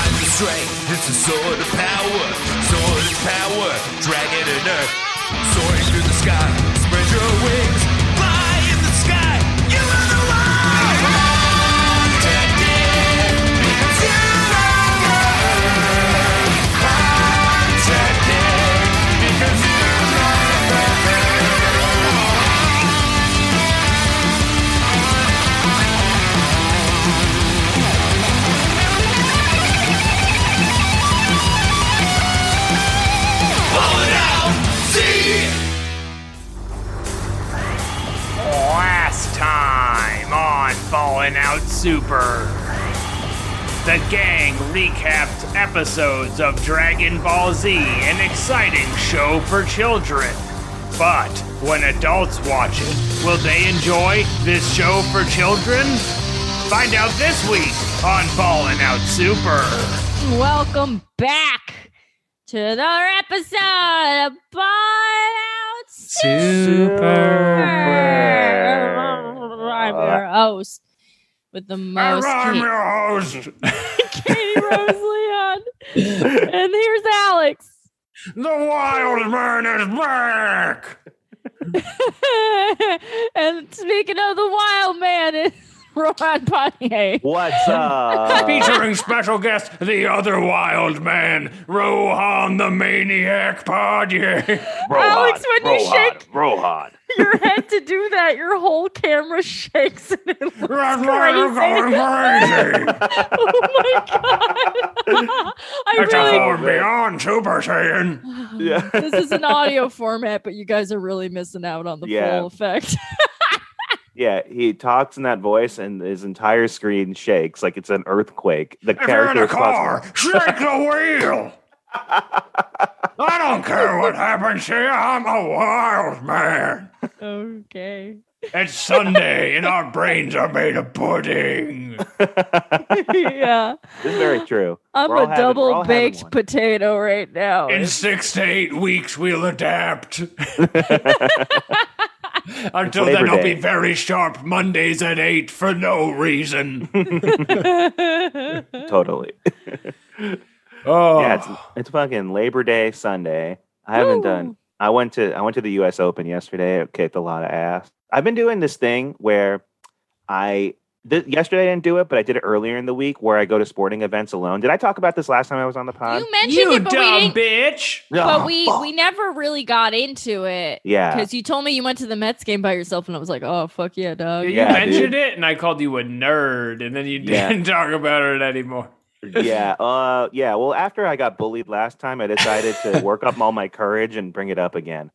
strength. It's a sword of power, sword of power, dragon and earth. Soaring through the sky, spread your wings, fly in the sky. You are the one. Protected, because you're Protected, because you're Pull it out, see. Last time on Fallen Out Super, the gang recapped episodes of Dragon Ball Z, an exciting show for children. But when adults watch it, will they enjoy this show for children? Find out this week on Fallen Out Super. Welcome back to another episode of Burnout Super. I'm your host with the most, I'm Kate, your host. Katie Rose Leon, and here's Alex. The wild man is back. and speaking of the wild man, it's Ron Pontier. What's up? Featuring special guest, the other wild man, Rohan the Maniac Podye. Rohan, Alex, when you Rohan, shake- Rohan. Your head to do that, your whole camera shakes and it looks That's why you're going crazy. crazy. oh my god! I It's a really form beyond Super Saiyan. Yeah. this is an audio format, but you guys are really missing out on the Yeah. full effect. Yeah, he talks in that voice and his entire screen shakes like it's an earthquake. The If you're in a is car, shake the wheel. I don't care what happens to you. I'm a wild man. okay. It's Sunday and our brains are made of pudding. yeah. This is very true. I'm We're all a having- we're all double having baked one. potato right Oh, now. In six to eight weeks, we'll adapt. Until then, Labor I'll Day. be very sharp Mondays at eight for no reason. Totally. oh, Yeah, it's it's fucking Labor Day Sunday. I haven't Woo. done. I went to I went to the U.S. Open yesterday. I kicked a lot of ass. I've been doing this thing where I th- yesterday I didn't do it, but I did it earlier in the week where I go to sporting events alone. Did I talk about this last time I was on the pod? you mentioned you it, but we dumb didn't. bitch. But Oh, we, fuck. we never really got into it yeah. because you told me you went to the Mets game by yourself, and I was like, "Oh fuck yeah, dog!" You Yeah, mentioned dude. it, and I called you a nerd, and then you Yeah. didn't talk about it anymore. yeah, uh, yeah. Well, after I got bullied last time, I decided to work up all my courage and bring it up again.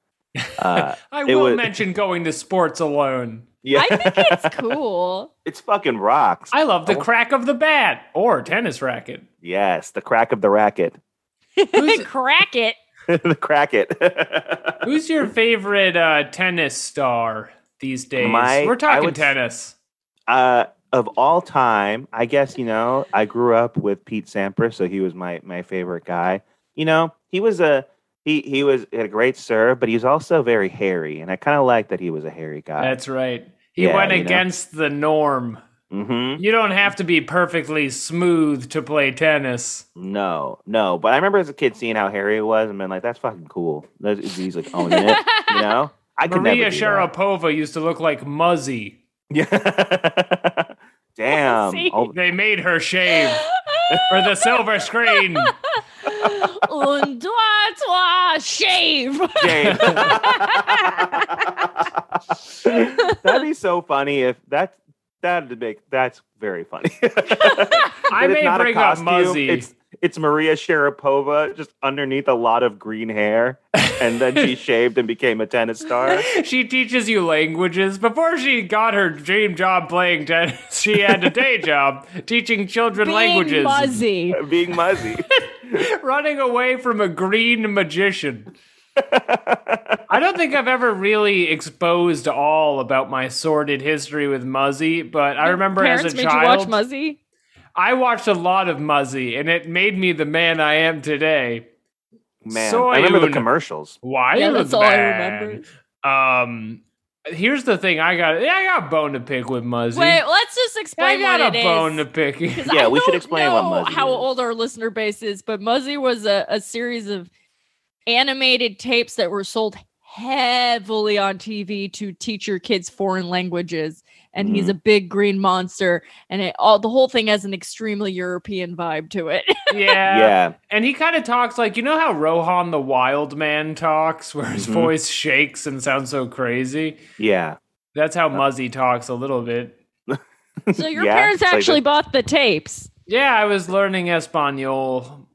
Uh, I It will was- mention going to sports alone. yeah, I think it's cool. it's fucking rocks. I love the Oh. crack of the bat or tennis racket. Yes, the crack of the racket, Who's- Crack it. the cracket. Who's your favorite uh, tennis star these days? My- We're I talking would- tennis. uh, of all time, I guess you know I grew up with Pete Sampras, so he was my my favorite guy. You know, he was a he he was had a great serve, but he was also very hairy, and I kind of liked that he was a hairy guy. That's right. He uh, Yeah, went you know. against the norm. hmm You don't have to be perfectly smooth to play tennis. No, no, but I remember as a kid seeing how hairy he was and being like, "That's fucking cool." That's, he's like owning it, you know. I could Maria never do that. Sharapova used to look like Muzzy. Yeah. Damn. See? Oh, They made her shave for the silver screen. Un, deux, trois, shave. Dave. That'd be so funny if that that'd make that's very funny. I That it's may not a bring up costume, Muzzy. It's it's Maria Sharapova just underneath a lot of green hair, and then she shaved and became a tennis star. she teaches you languages. Before she got her dream job playing tennis, she had a day job teaching children Being languages. Muzzy. Being muzzy. running away from a green magician. I don't think I've ever really exposed all about my sordid history with Muzzy, but I remember as Parents a made you watch child, Muzzy. I watched a lot of Muzzy, and it made me the man I am today. Man, I remember the Soyoun. commercials. Why Yeah, you that's look all I bad? remember. Um, Here's the thing. I got. I got a bone to pick with Muzzy. Wait, let's just I explain got what a it bone to is. pick. 'Cause Yeah, I we should don't explain what know Muzzy how is. old our listener base is, but Muzzy was a, a series of animated tapes that were sold heavily on TV to teach your kids foreign languages. And he's Mm-hmm. Mhm. a big green monster, and it all the whole thing has an extremely European vibe to it. Yeah. yeah. And he kind of talks like you know how Rohan the Wild Man talks, where his Mhm. voice shakes and sounds so crazy. Yeah. That's how Muzzy talks a little bit. so your Yeah, parents it's like actually the- bought the tapes. Yeah, I was learning Espanol.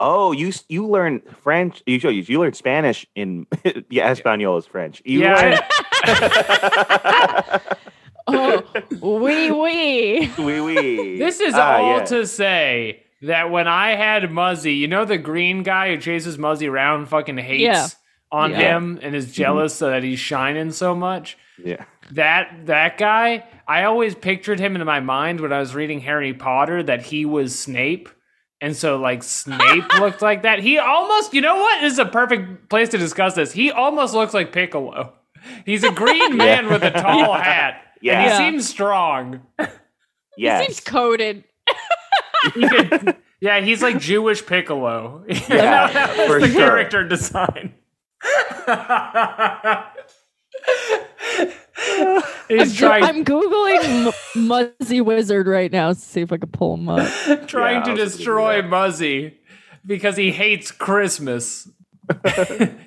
Oh, you s- you learned French. You you- you learned Spanish in yeah. Espanol is French. You Yeah, I- learned- Oh, wee wee. Wee wee. This is Ah, all yeah. to say that when I had Muzzy, you know the green guy who chases Muzzy around fucking hates Yeah. on Yeah. him and Mm-hmm. is jealous so that he's shining so much. Yeah. That that guy, I always pictured him in my mind when I was reading Harry Potter that he was Snape. And so like Snape looked like that. He almost, you know what? This is a perfect place to discuss this. He almost looks like Piccolo. He's a green man with a tall hat. And Yeah. he Yeah. seems strong. It Yes. Seems coded. Yeah, he's like Jewish Piccolo. Yeah, that was for the sure. character design. he's Go- trying I'm googling M- Muzzy Wizard right now to see if I can pull him up. trying Yeah, I to was gonna do destroy that. Muzzy because he hates Christmas.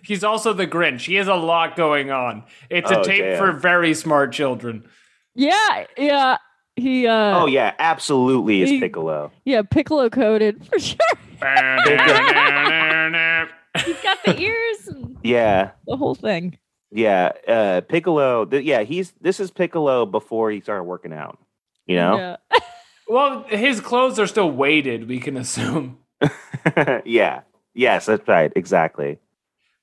he's also the Grinch. He has a lot going on. It's a Oh, tape damn. for very smart children. Yeah, yeah. He uh oh yeah, absolutely is He- Piccolo. yeah, Piccolo coded for sure. He's got the ears and Yeah. the whole thing. Yeah. Uh Piccolo th- yeah, he's this is Piccolo before he started working out. You know? Yeah. well, his clothes are still weighted, we can assume. Yeah. Yes, that's right. Exactly.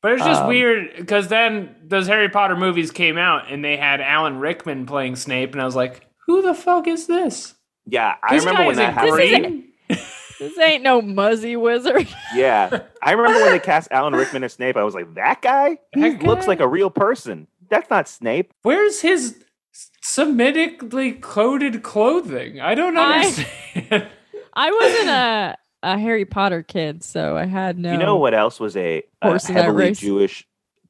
But it's just Um, weird because then those Harry Potter movies came out and they had Alan Rickman playing Snape, and I was like, "Who the fuck is this?" Yeah, I This remember guy when isn't that happened. green. This ain't no Muzzy Wizard. Yeah. I remember when they cast Alan Rickman as Snape, I was like, that guy? He That looks guy? like a real person. That's not Snape. Where's his Semitically coded clothing? I don't I- understand. I wasn't a, a Harry Potter kid, so I had no You know what else was a, a Horse in that heavily race. Jewish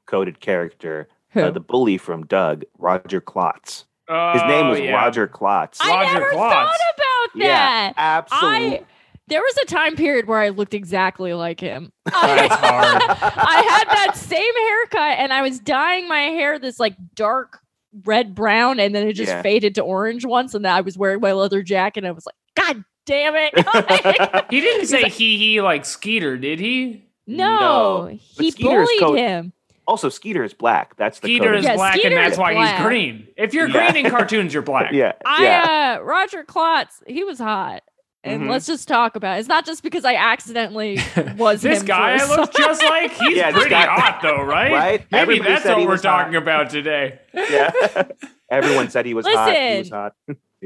coded character? who. Uh, the bully from Doug, Roger Klotz. His name Oh, was yeah. Roger Klotz. I Roger never Klotz. thought about yeah, that. absolutely. I there was a time period where I looked exactly like him. That's hard. I had that same haircut and I was dyeing my hair this like dark red brown and then it just Yeah. faded to orange once and then I was wearing my leather jacket and I was like, God damn it. He didn't say he he like Skeeter, did he? no, No, but he Skeeter's bullied coat- him. also, Skeeter is black. That's the Skeeter coded- is Yeah, black, Skeeter and that's is why black. he's green. If you're Yeah. green in cartoons, you're black. Yeah, I yeah, uh Roger Klotz, he was hot. And Mhm. let's just talk about it. It's not just because I accidentally was This him guy for I a look just like? He's Yeah, this pretty guy- hot though, right? Right? Maybe Everybody that's said what he we're was talking hot. about today. yeah. Everyone said he was hot. He was Listen. hot.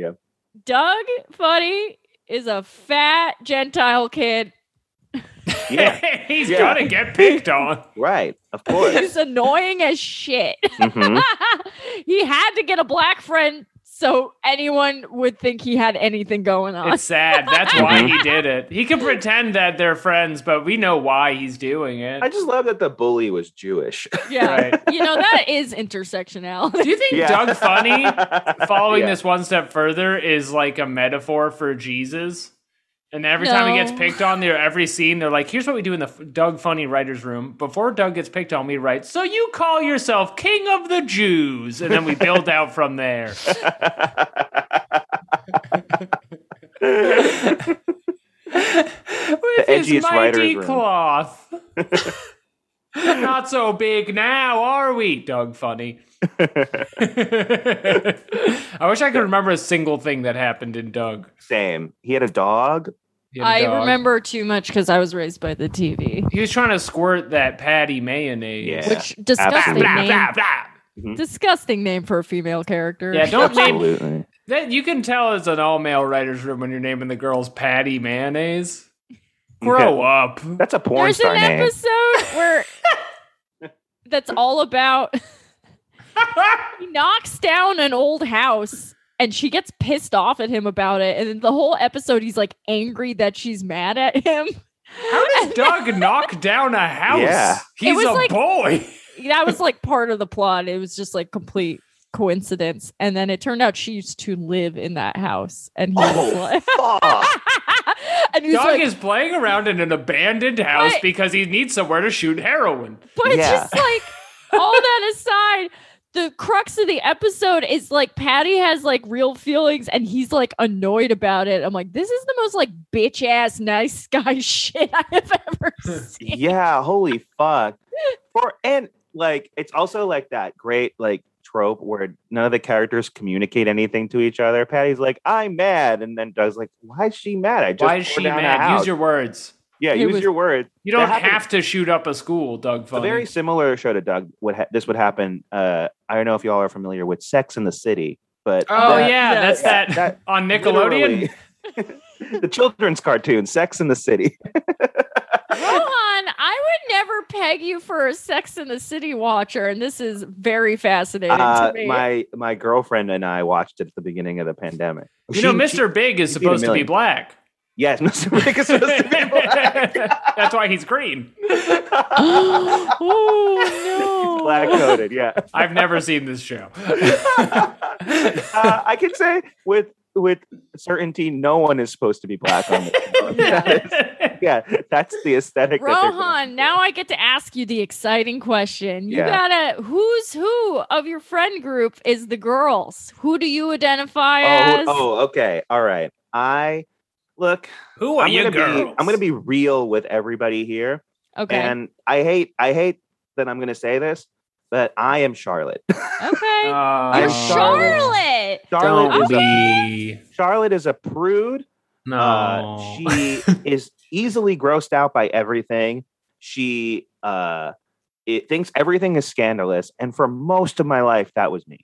Doug Funny is a fat Gentile kid. Yeah, He's Yeah. gonna get picked on. right. Of course. He's annoying as shit. Mhm. he had to get a black friend so anyone would think he had anything going on. It's sad. That's why Mhm. he did it. He can pretend that they're friends, but we know why he's doing it. I just love that the bully was Jewish. yeah. Right. You know, that is intersectionality. Do you think Yeah. Doug Funny, following Yeah. this one step further, is like a metaphor for Jesus? And every time he gets No. picked on, they're every scene, they're like, here's what we do in the F- Doug Funny writer's room. Before Doug gets picked on, we write, so you call yourself king of the Jews. And then we build out from there. With his edgiest mighty writer's room. cloth. Not so big now, are we? Doug Funny. I wish I could remember a single thing that happened in Doug. Same. He had a dog. He had a I dog. remember too much because I was raised by the TV. He was trying to squirt that patty mayonnaise. Yeah. Which disgusting absolutely. Blah, name. blah, blah. Disgusting name for a female character. Yeah, don't name Absolutely. that. You can tell it's an all male writer's room when you're naming the girls patty mayonnaise. Grow up. That's a porn There's star an name. episode where that's all about he knocks down an old house and she gets pissed off at him about it. And then the whole episode, he's like angry that she's mad at him. How does Doug knock down a house? Yeah. It He's was a like- boy. that was like part of the plot. It was just like complete coincidence. And then it turned out she used to live in that house. And he was like, Fuck. and he's Doug like, is playing around in an abandoned house But- because he needs somewhere to shoot heroin. But Yeah. just like all that aside, the crux of the episode is like Patty has like real feelings and he's like annoyed about it. I'm like, this is the most like bitch ass nice guy shit I have ever seen. yeah, holy fuck. For and like it's also like that great like trope where none of the characters communicate anything to each other. Patty's like, "I'm mad," and then Doug's like, "Why is she mad? I just Why is tore she down a mad? house." Use your words. yeah, It use was- your words." You don't That happened- have to shoot up a school, Doug. A Funny. very similar show to Doug. Would ha- this would happen? Uh, I don't know if y'all are familiar with Sex in the City, but oh that- yeah, Yeah, that's yeah, that, that- on Nickelodeon. literally- the children's cartoon, Sex in the City. Rohan, I would never peg you for a Sex in the City watcher, and this is very fascinating Uh, to me. my my girlfriend and I watched it at the beginning of the pandemic. You know, She- she- Mr. Big is she's seen a supposed to be million. black. yes, Mr. Big is supposed to be black. That's why he's green. oh no. Black coded, yeah. I've never seen this show. Uh, I can say with with certainty, no one is supposed to be black on this. show. That is- yeah, that's the aesthetic. that they're going Rohan, now I get to ask you the exciting question. You Yeah. gotta who's who of your friend group is the girls? Who do you identify Oh, as? oh, okay. All right. I look. Who are I'm you gonna girls? be. I'm gonna be real with everybody here, okay. and I hate. I hate that I'm gonna say this, but I am Charlotte. okay. Uh, You're I'm Charlotte. Charlotte Oh, Don't is a be. Charlotte is a prude. No. Oh. Uh, she is easily grossed out by everything. She uh, it thinks everything is scandalous, and for most of my life, that was me.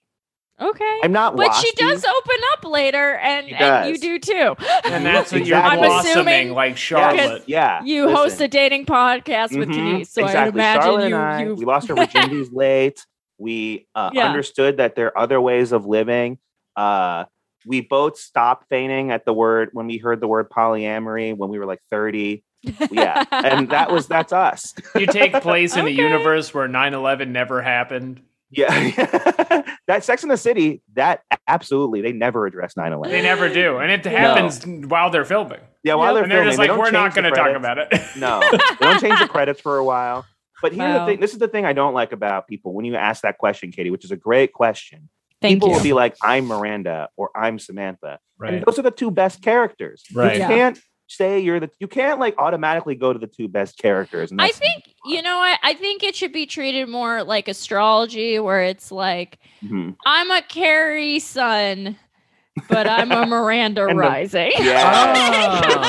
Okay. I'm not. but she WASPy. does open up later and, She and you does. do too. and that's what Exactly. you're I'm blossoming assuming- like Charlotte. Yeah. You listen. host a dating podcast with Mhm, Denise. So I would exactly. imagine Charlotte you, and I, you we lost our virginities late. We uh, Yeah. understood that there are other ways of living. Uh, we both stopped feigning at the word when we heard the word polyamory when we were like 30. Yeah. and that was that's us. You take place in a Okay. universe where 9/11 never happened. Yeah. that Sex in the City, that absolutely they never address 9 They 11. never do, and it No. happens while they're filming. Yeah, while Nope. they're and they're filming, just they like, don't we're not going to talk about it. No, they don't change the credits for a while. But here's Wow. the thing this is the thing I don't like about people when you ask that question, Katie, which is a great question. Thank people you. will be like, I'm Miranda or I'm Samantha. right. And those are the two best characters. Right. You Yeah. can't say you're the you can't like automatically go to the two best characters. And I that's- think you know what I think it should be treated more like astrology, where it's like Mhm. I'm a Carrie sun, but I'm a Miranda And the- rising. Oh. Yeah. Oh.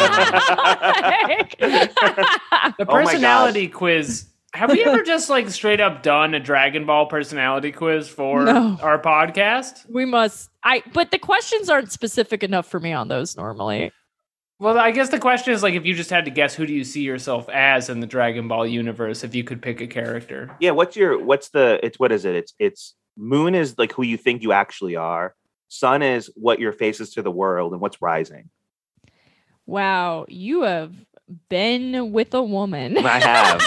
Like- The Oh my gosh. personality quiz. Have we ever just like straight up done a Dragon Ball personality quiz for No. our podcast? we must. I but the questions aren't specific enough for me on those normally. Well, I guess the question is like if you just had to guess who do you see yourself as in the Dragon Ball universe if you could pick a character. yeah. What's your what's the it's what is it? It's it's moon is like who you think you actually are. Sun is what your face is to the world and what's rising. Wow, you have been with a woman. And I have.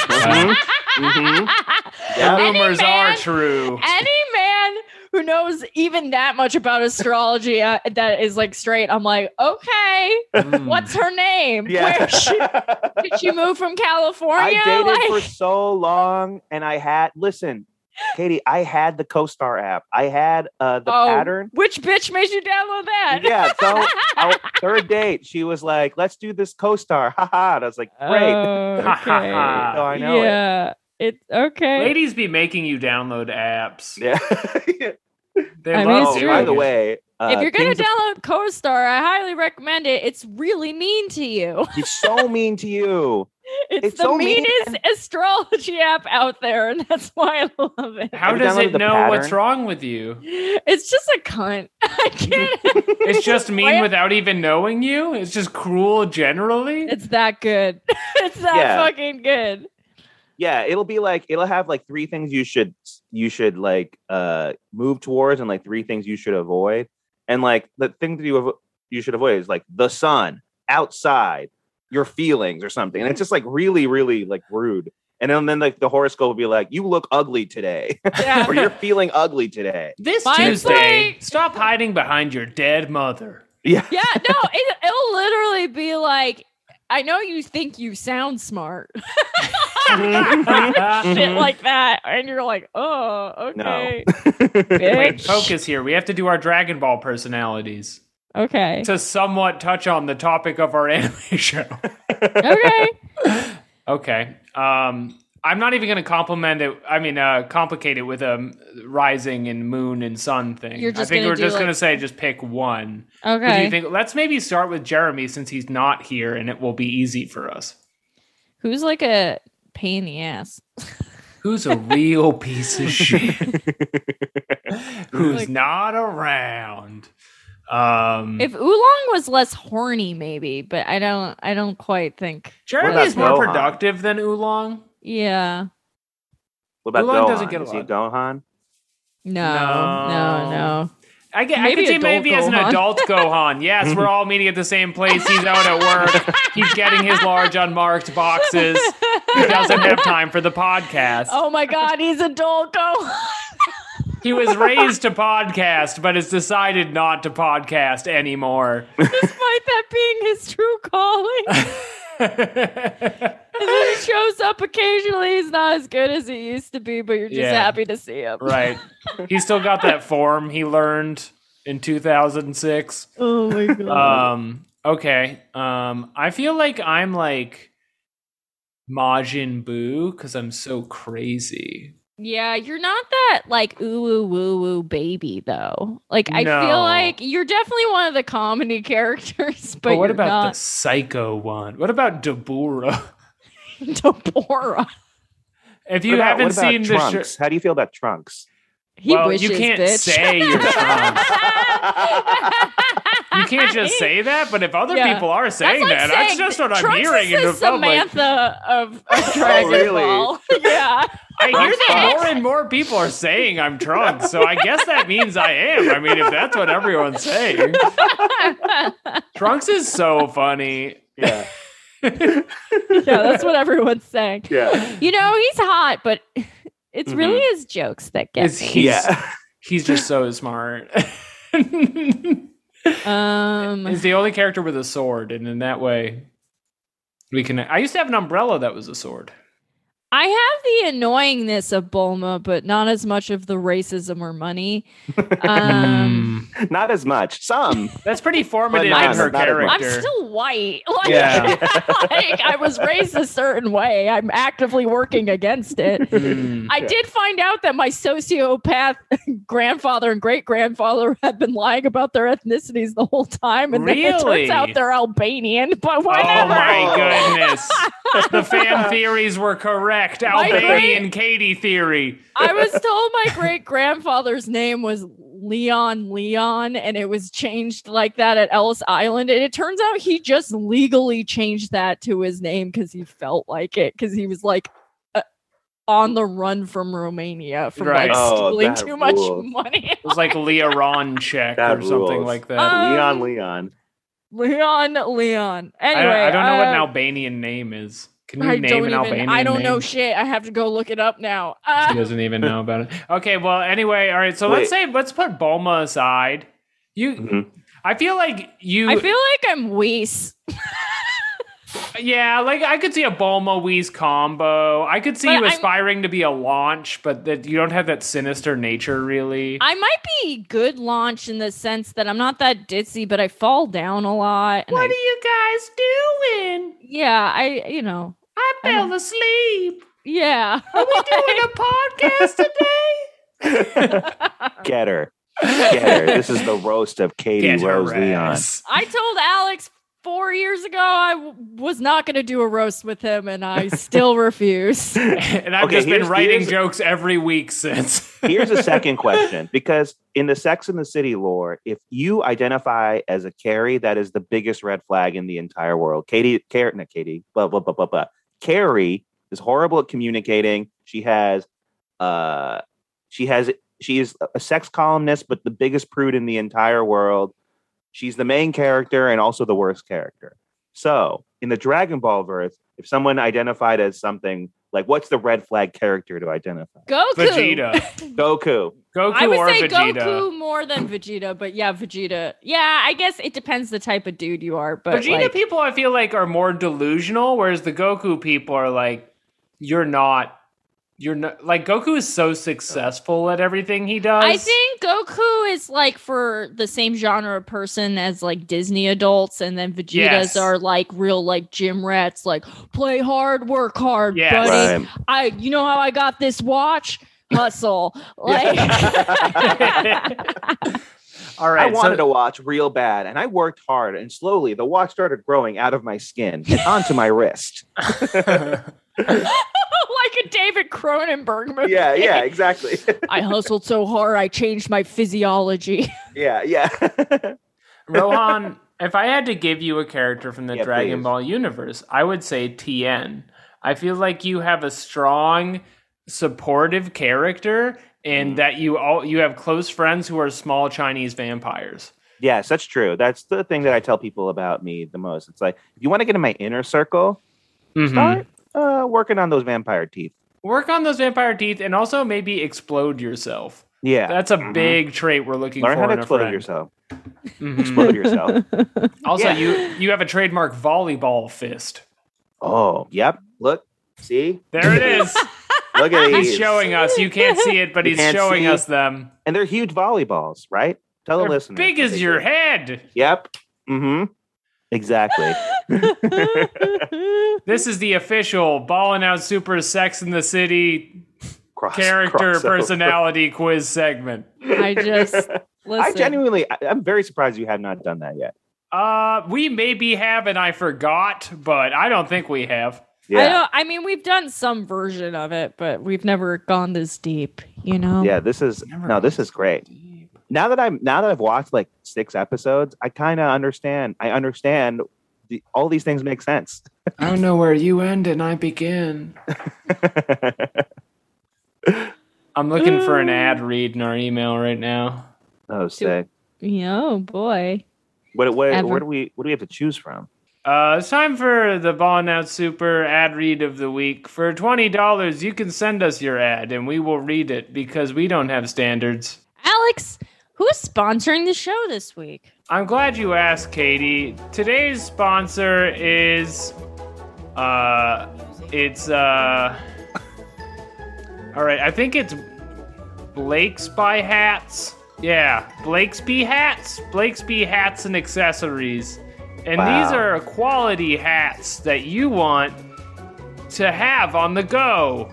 Mhm. Mhm. Mm-hmm. The Yeah. Any rumors are man- true. Any man who knows even that much about astrology uh, that is like straight, I'm like, okay, Mm. what's her name? Yeah. Where she, did she move from California? I dated Like- for so long, and I had listen, Katie. I had the CoStar app. I had uh, the Oh, pattern. Which bitch made you download that? Yeah. So our third date, she was like, "Let's do this CoStar." Ha ha! And I was like, "Great." Oh, Okay. so I know it. Oh. yeah. It. okay. Ladies be making you download apps. Yeah. They I mean, love it's oh, to. true. by the way, uh, if you're gonna Kings of- download CoStar, I highly recommend it. It's really mean to you. it's so mean to you. It's, It's the so mean meanest astrology app out there, and that's why I love it. How Have you does downloaded it the know what's pattern? wrong with you? It's just a cunt. I can't. It's just mean Why- without even knowing you? It's just cruel generally? it's that good. It's that Yeah. fucking good. Yeah, it'll be like it'll have like three things you should you should like uh move towards and like three things you should avoid. And like the thing that you avo- you should avoid is like the sun, outside, your feelings or something. And it's just like really, really like rude. And then, then like the horoscope will be like, you look ugly today, or you're feeling ugly today. This Mine's Tuesday, like- stop hiding behind your dead mother. Yeah. Yeah, no, it, it'll literally be like, I know you think you sound smart, shit Mhm. like that, and you're like, oh, No. okay, Wait, bitch. focus here. We have to do our Dragon Ball personalities Okay, to somewhat touch on the topic of our anime show. okay. Okay. Um, I'm not even going to compliment it. I mean, uh, complicate it with a um, rising and moon and sun thing. You're just I think gonna we're do, just like- going to say just pick one. Who Do Okay. you think? Let's maybe start with Jeremy since he's not here and it will be easy for us. Who's like a pain in the ass? Who's a real piece of shit? Who's Like- not around? Um, If Oolong was less horny, maybe, but I don't, I don't quite think. Jeremy What is more about Gohan? productive than Oolong. Yeah. What about Mulan Gohan? doesn't get Is he along. Gohan? No, No. no, no. I, get, I Maybe can see adult maybe as an Gohan. adult Gohan. Yes, we're all meeting at the same place. He's out at work. He's getting his large unmarked boxes. He doesn't have time for the podcast. Oh my God, he's a Oh, Dolko. He was raised to podcast, but has decided not to podcast anymore. Despite that being his true calling, and then he shows up occasionally. He's not as good as he used to be, but you're just Yeah. happy to see him. right. He's still got that form he learned in 2006. Oh my God. Um, okay. Um, I feel like I'm like Majin Buu because I'm so crazy. Yeah, you're not that like ooh ooh woo woo baby though. Like I No. feel like you're definitely one of the comedy characters, but, But, what you're about the not psycho one? What about Dabura? Deborah. If you What about- haven't what about seen the Trunks? show, How do you feel about Trunks? He well, wishes, you can't bitch. say you're Trunks. You can't just say that. But if other Yeah. people are That's saying like that, that's saying just what I'm Trunks hearing is in the public. Oh, Samantha of, of Dragon really? Ball. yeah, I hear that Trunks. more and more people are saying I'm Trunks, so I guess that means I am. I mean, if that's what everyone's saying, Trunks is so funny. Yeah. yeah, that's what everyone's saying. Yeah. You know, he's hot, but it's really his jokes that Mm-hmm. get Is me. he- Yeah. He's just so smart. um, He's the only character with a sword, and in that way, we can. I used to have an umbrella that was a sword. I have the annoyingness of Bulma, but not as much of the racism or money. Mm. Um, Not as much. Some. That's pretty formative But not- in her not as much. I'm character. still white. Like, Yeah. like, I was raised a certain way. I'm actively working against it. Mm. I did find out that my sociopath grandfather and great grandfather had been lying about their ethnicities the whole time, and then it Really? turns out they're Albanian. But Oh whatever. my goodness! the fan theories were correct. My Albanian Katie theory. I was told my great grandfather's name was Leon Leon, and it was changed like that at Ellis Island. And it turns out he just legally changed that to his name because he felt like it, because he was like uh, on the run from Romania from Right. like Oh, stealing that too much rules. money. It was like Leah Ron check That or something rules. like that. Um, Leon, Leon. Leon Leon. I- Anyway, I, don't know what uh, an Albanian name is. Can you I name don't an even. Albanian? I don't name? know shit. I have to go look it up now. She Uh, doesn't even know about it. Okay, well, anyway, all right. So let's say let's put Bulma aside. You, Mhm. I feel like you. I feel like I'm Weiss. yeah, like I could see a Bulma Wheeze combo. I could see But you I'm- aspiring to be a launch, but that you don't have that sinister nature, really. I might be good launch in the sense that I'm not that ditzy, but I fall down a lot. and I- you guys doing? yeah, I you know, I fell asleep. yeah. a podcast today? Get her. Get her. This is the roast of Katie Get Rose her Leon. ass. I told Alex four years ago I w- was not going to do a roast with him, and I still refuse. and I've Okay, just been here's- writing here's- jokes every week since. Here's a second question because in the Sex and the City lore, if you identify as a Carrie, that is the biggest red flag in the entire world. Katie, Carrie, not Katie, blah, blah, blah, blah, blah. Carrie is horrible at communicating. She has, uh, She has she is a sex columnist, but the biggest prude in the entire world. She's the main character and also the worst character. So in the Dragon Ball verse, if someone identified as something like what's the red flag character to identify? Goku. Vegeta. Goku. Goku I would or say Vegeta. Goku more than Vegeta, but yeah, Vegeta. Yeah, I guess it depends the type of dude you are, but Vegeta like, people, I feel like, are more delusional, whereas the Goku people are like, you're not, you're not like Goku is so successful at everything he does. I think Goku is like for the same genre of person as like Disney adults, and then Vegeta's Yes. are like real like gym rats, like play hard, work hard, Yes. buddy. Right. I, you know how I got this watch? Hustle. Like, All I right, wanted so, to watch real bad, and I worked hard, and slowly the watch started growing out of my skin and onto my wrist. like a David Cronenberg movie. Yeah, yeah, exactly. I hustled so hard, I changed my physiology. yeah, yeah. Rohan. If I had to give you a character from the Yeah, Dragon please. Ball universe, I would say Tien. I feel like you have a strong, supportive character, Mm. and that you all you have close friends who are small Chinese vampires. yes, that's true. That's the thing that I tell people about me the most. It's like if you want to get in my inner circle, Hmm. start uh, working on those vampire teeth. Work on those vampire teeth and also maybe explode yourself. Yeah, That's a Mhm. big trait we're looking Learn for. how to in a explode friend. yourself. Mhm. Explode yourself. Also, Yeah. you you have a trademark volleyball fist. Oh, yep. Look, see, There it is. look at he's these. showing us. You can't see it, but You he's can't showing see. us them. and they're huge volleyballs, right? Tell the They're listeners. big what as they your do. head. Yep. Mm-hmm. Exactly. This is the official Ballin' Out Super Sex in the City Cross- character crossover. personality quiz segment. I just listen. I genuinely, I, I'm very surprised you have not done that yet. Uh, we maybe have, and I forgot, but I don't think we have. I Yeah, don't. I mean, we've done some version of it, but we've never gone this deep. You know. yeah. This is no, this is great. Now that I'm now that I've watched like six episodes, I kind of understand. I understand the, all these things make sense. I don't know where you end and I begin. I'm looking for an ad read in our email right now. Oh, sick. Yeah, Oh boy. What what Ever. what do we what do we have to choose from? Uh, it's time for the Ballin' Out Super ad read of the week. For $20, you can send us your ad and we will read it because we don't have standards. Alex, who's sponsoring the show this week? I'm glad you asked, Katie. Today's sponsor is, uh, it's uh, all right. I think it's Blake's by Hats. Yeah, Blake's Bee Hats. Blake's Bee Hats and accessories, and these Wow. are quality hats that you want to have on the go.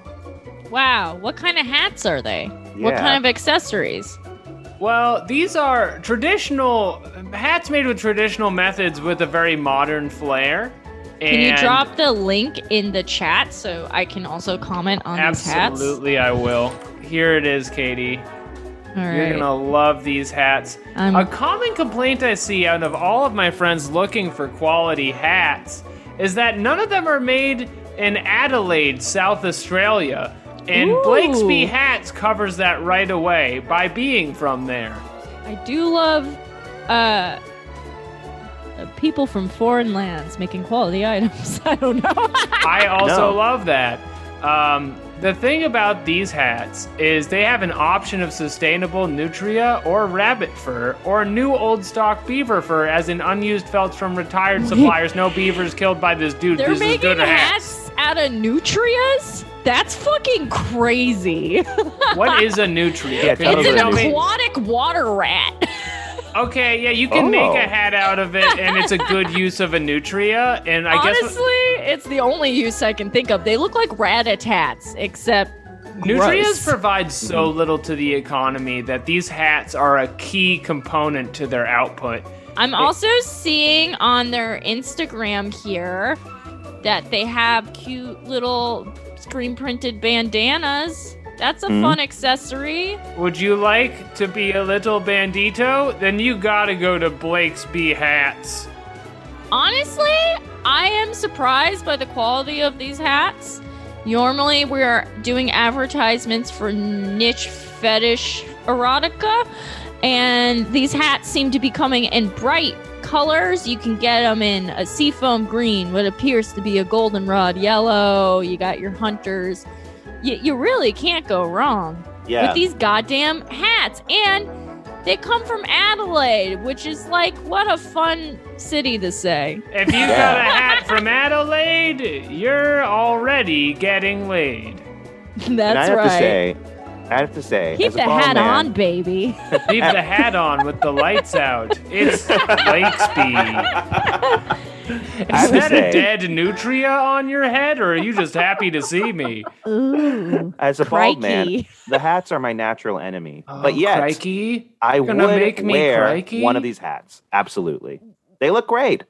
Wow, what kind of hats are they? What Yeah. kind of accessories? Well, these are traditional hats made with traditional methods with a very modern flair. And Can you drop the link in the chat so I can also comment on these Absolutely, I will. Here it is, Katie. hats? All You're right. gonna love these hats. I'm- A common complaint I see out of all of my friends looking for quality hats is that none of them are made in Adelaide, South Australia. And Ooh. Blakesby Hats covers that right away by being from there. I do love uh people from foreign lands making quality items. I don't know. I also No. love that. Um, the thing about these hats is they have an option of sustainable nutria or rabbit fur or new old stock beaver fur as in unused felts from retired suppliers. no beavers killed by this dude. They're this is making good hats. hats out of nutrias? That's fucking crazy. what is a nutria? Yeah, Could tell you It's us an about tell me? aquatic water rat. Okay, yeah, you can make Oh. a hat out of it and it's a good use of a nutria. And I guess Honestly, it's the only use I can think of. They look like rat-a-tats, except Nutrias gross. provide so Mm-hmm. little to the economy that these hats are a key component to their output. I'm also seeing on their Instagram here that they have cute little screen printed bandanas. That's a Hmm. fun accessory. Would you like to be a little bandito? Then you gotta go to Blake's B Hats. Honestly, I am surprised by the quality of these hats. Normally, we're doing advertisements for niche fetish erotica, and these hats seem to be coming in bright colors. You can get them in a seafoam green, what appears to be a goldenrod yellow. You got your hunters. You, you really can't go wrong Yeah. with these goddamn hats. And they come from Adelaide, which is like, what a fun city to say. If you got a hat from Adelaide, you're already getting laid. That's and I have right. to say, I have to say, Keep as a the bald hat man- on, baby. Leave the hat on with the lights out. It's Lakesby. I Is would that a say- dead nutria on your head, or are you just happy to see me? Ooh. As a bald man, Crikey. the hats are my natural enemy. Oh, but yet, crikey. I You're would gonna make me wear crikey? one of these hats. Absolutely, they look great.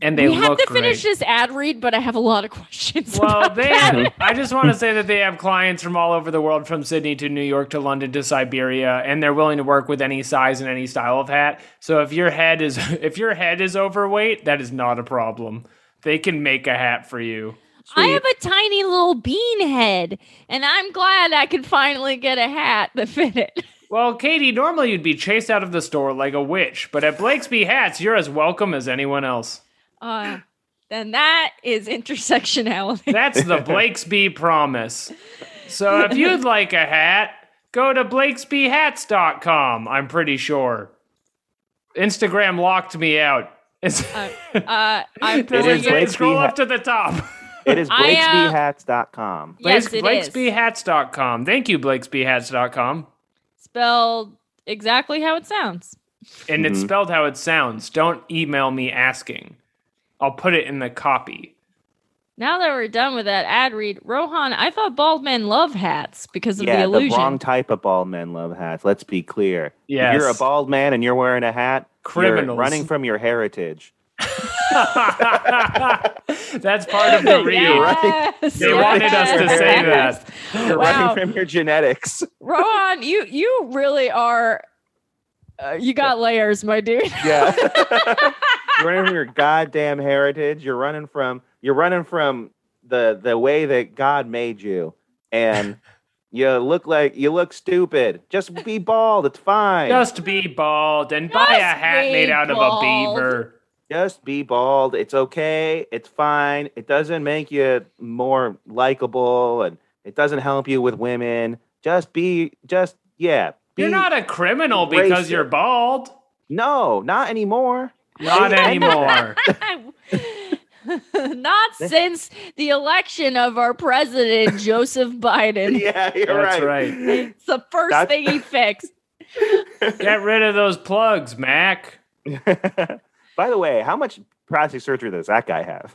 and they we have look to finish great. this ad read, but I have a lot of questions. Well, about they. that. I just want to say that they have clients from all over the world, from Sydney to New York to London to Siberia, and they're willing to work with any size and any style of hat. So if your head is if your head is overweight, that is not a problem. They can make a hat for you. I have a tiny little bean head, and I'm glad I could finally get a hat that fit it. Well, Katie, normally you'd be chased out of the store like a witch, but at Blakesby Hats, you're as welcome as anyone else. Uh, then that is intersectionality. That's the Blakesby promise. So if you'd like a hat, go to blakesbyhats.com, I'm pretty sure. Instagram locked me out. It's, Uh, uh, I'm Does is it brilliant. say- Blakesby scroll hat- up to the top. It is I, uh, BlakesbyHats.com. Yes, it is blakesbyhats.com. Thank you, blakesbyhats.com. spelled exactly how it sounds. And it's Mhm. spelled how it sounds. Don't email me asking. I'll put it in the copy. Now that we're done with that ad read, Rohan, I thought bald men love hats because of the Yeah, the, illusion. wrong type of bald men love hats. Let's be clear. Yes. If you're a bald man and you're wearing a hat, you're Criminals. running from your heritage. That's part of the read. Yes, They wanted us to yes. say that. You're Wow. running from your genetics. Rohan, you you really are. Uh, you got layers, my dude. Yeah. you're running from your goddamn heritage. You're running from you're running from the the way that God made you. And you look like you look stupid. Just be bald. It's fine. Just, Just be bald and buy a Just hat be made out bald. of a beaver. be bald. It's okay. It's fine. It doesn't make you more likable and it doesn't help you with women. Just be just yeah. Be, You're not a criminal because racist. you're bald. No, not anymore. Not anymore. Not since the election of our president Joseph Biden. Yeah, you're That's It's the first That's- thing he fixed. Get rid of those plugs, Mac. By the way, how much plastic surgery does that guy have?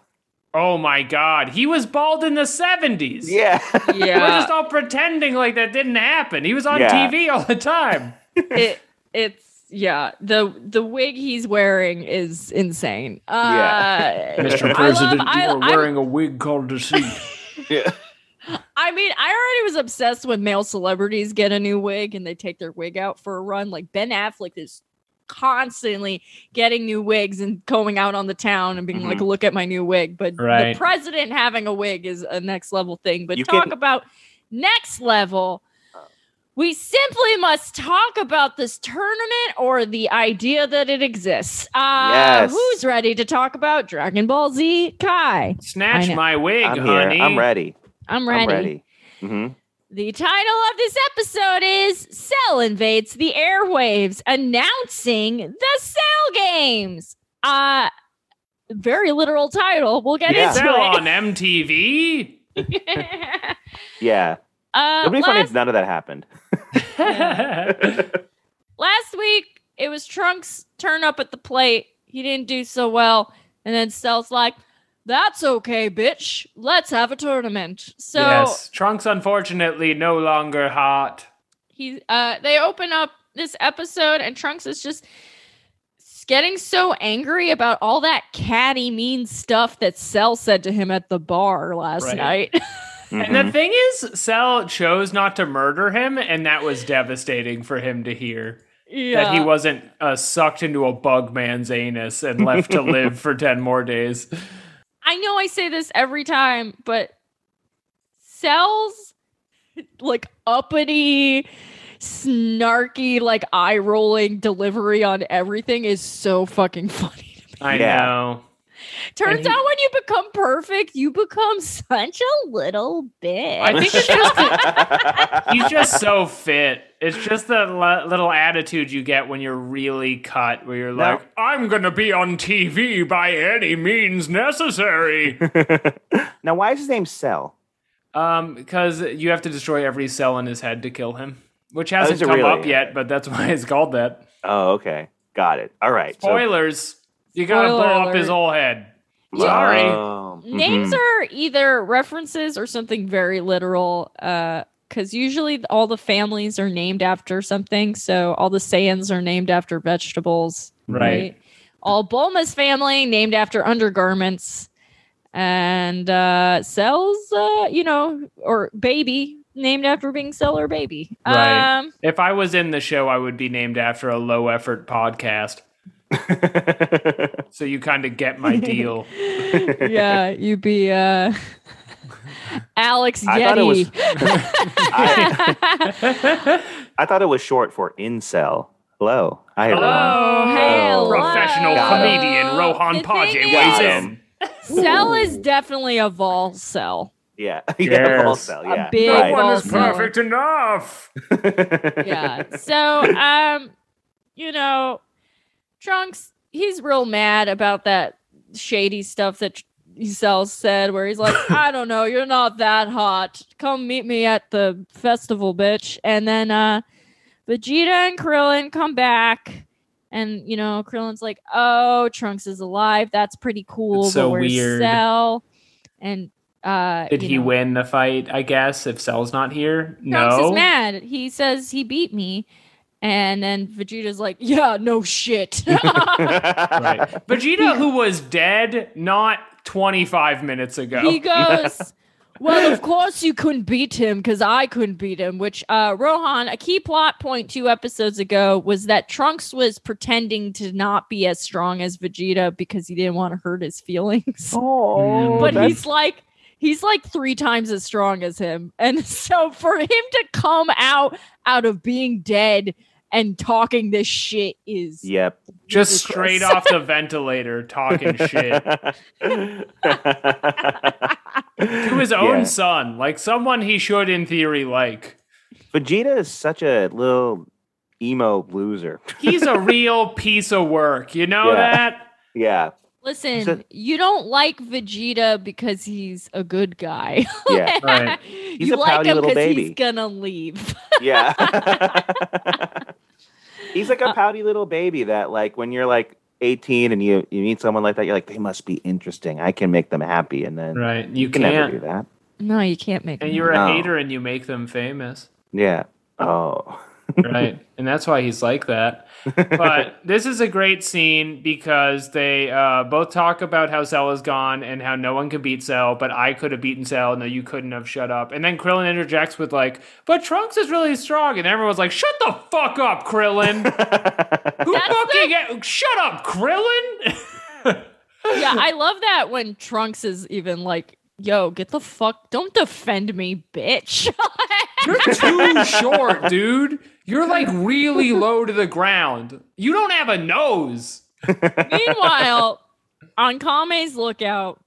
Oh my God. He was bald in the 70s. Yeah. We're Yeah, just all pretending like that didn't happen. He was on Yeah. TV all the time. it, it's yeah. The the wig he's wearing is insane. Uh, Yeah. I President, love- you I- are I- wearing a wig called deceit. yeah. I mean, I already was obsessed when male celebrities get a new wig and they take their wig out for a run. Like Ben Affleck is constantly getting new wigs and going out on the town and being like, Mhm. look at my new wig. But Right. the president having a wig is a next level thing. But You talk can- about next level. We simply must talk about this tournament or the idea that it exists. Uh, Yes. Who's ready to talk about Dragon Ball Z? Kai, I Snatch know. my wig, I'm here. honey. I'm ready. I'm ready. I'm ready. hmm The title of this episode is Cell Invades the Airwaves, announcing the Cell Games. Uh very literal title. We'll get Yeah. It's into out on it. MTV. Yeah. uh, It'd be funny if last, none of that happened. last week it was Trunks turn up at the plate. He didn't do so well. And then Cell's like, That's okay, bitch. Let's have a tournament. So yes, Trunks unfortunately no longer hot. he uh they open up this episode and trunks is just getting so angry about all that catty mean stuff that cell said to him at the bar last Right. night And the Mhm. thing is, Cell chose not to murder him, and that was devastating for him to hear. yeah That he wasn't uh, sucked into a bug man's anus and left to live for 10 more days. i know i say this every time but sells like uppity, snarky, like eye rolling delivery on everything is so fucking funny. I Yeah. know. Turns he- out when you become perfect, you become such a little bitch. I think it's just he's just so fit. It's just the l- little attitude you get when you're really cut, where you're No. like, "I'm gonna be on TV by any means necessary," now, why is his name Cell? um, because you have to destroy every cell in his head to kill him, which hasn't is it come really? up yet, but that's why it's called that. Oh, okay, got it. All right. so- Spoilers: you gotta Spoiler blow up his alert. whole head. Sorry. Oh, mhm. Names are either references or something very literal. Uh, because usually all the families are named after something. So all the Saiyans are named after vegetables. Right. All Bulma's family named after undergarments. And uh Cell's uh, you know, or baby named after being Cell or baby. Right. Um If I was in the show, I would be named after a low effort podcast. Mm-hmm. So you kind of get my deal. yeah, you'd be uh Alex I thought it was. Yeti. I, I thought it was short for incel. Hello. Hi, everyone. hello. Professional Got him. comedian Rohan The Paje thing weighs is- in. Cell is definitely a Vol cell. Yeah. Yes. yeah. Full cell. A Yeah. big right. one. is perfect enough. Yeah. so um, you know, Trunks, he's real mad about that shady stuff that Cell said where he's like, I don't know, you're not that hot. Come meet me at the festival, bitch. And then uh Vegeta and Krillin come back. And you know, Krillin's like, "Oh, Trunks is alive. That's pretty cool." It's so but where's weird. Cell? And uh, Did you he know, win the fight? I guess if Cell's not here, Trunks no. is mad. He says he beat me. And then Vegeta's like, yeah, no shit. Right. Vegeta, who was dead not 25 minutes ago. he goes, well, of course you couldn't beat him because I couldn't beat him. Which, uh, Rohan, a key plot point two episodes ago was that Trunks was pretending to not be as strong as Vegeta because he didn't want to hurt his feelings. Oh, but that's- he's like he's like three times as strong as him and so for him to come out out of being dead and talking this shit is Yep. Just Jesus straight Christ. off the ventilator talking shit to to his own son, like someone he should, in theory, like. Vegeta is such a little emo loser. He's a real piece of work. You know Yeah. that? Yeah. listen So- you don't like vegeta because he's a good guy Yeah. Right. he's a pouty little baby. he's gonna leave Yeah. He's like Uh, a pouty little baby that like when you're like 18 and you you meet someone like that you're like they must be interesting. I can make them happy and then Right. You you can never can't. do that. no you can't make And him. you're a No. hater and you make them famous. Yeah. Oh. right and that's why he's like that but this is a great scene because they uh, both talk about how cell is gone and how no one can beat cell but i could have beaten cell no you couldn't have shut up and then krillin interjects with like but trunks is really strong and everyone's like shut the fuck up krillin who fucking shut up krillin yeah i love that when trunks is even like yo get the fuck don't defend me bitch you're too short dude you're like really low to the ground you don't have a nose Meanwhile, on Kame's lookout,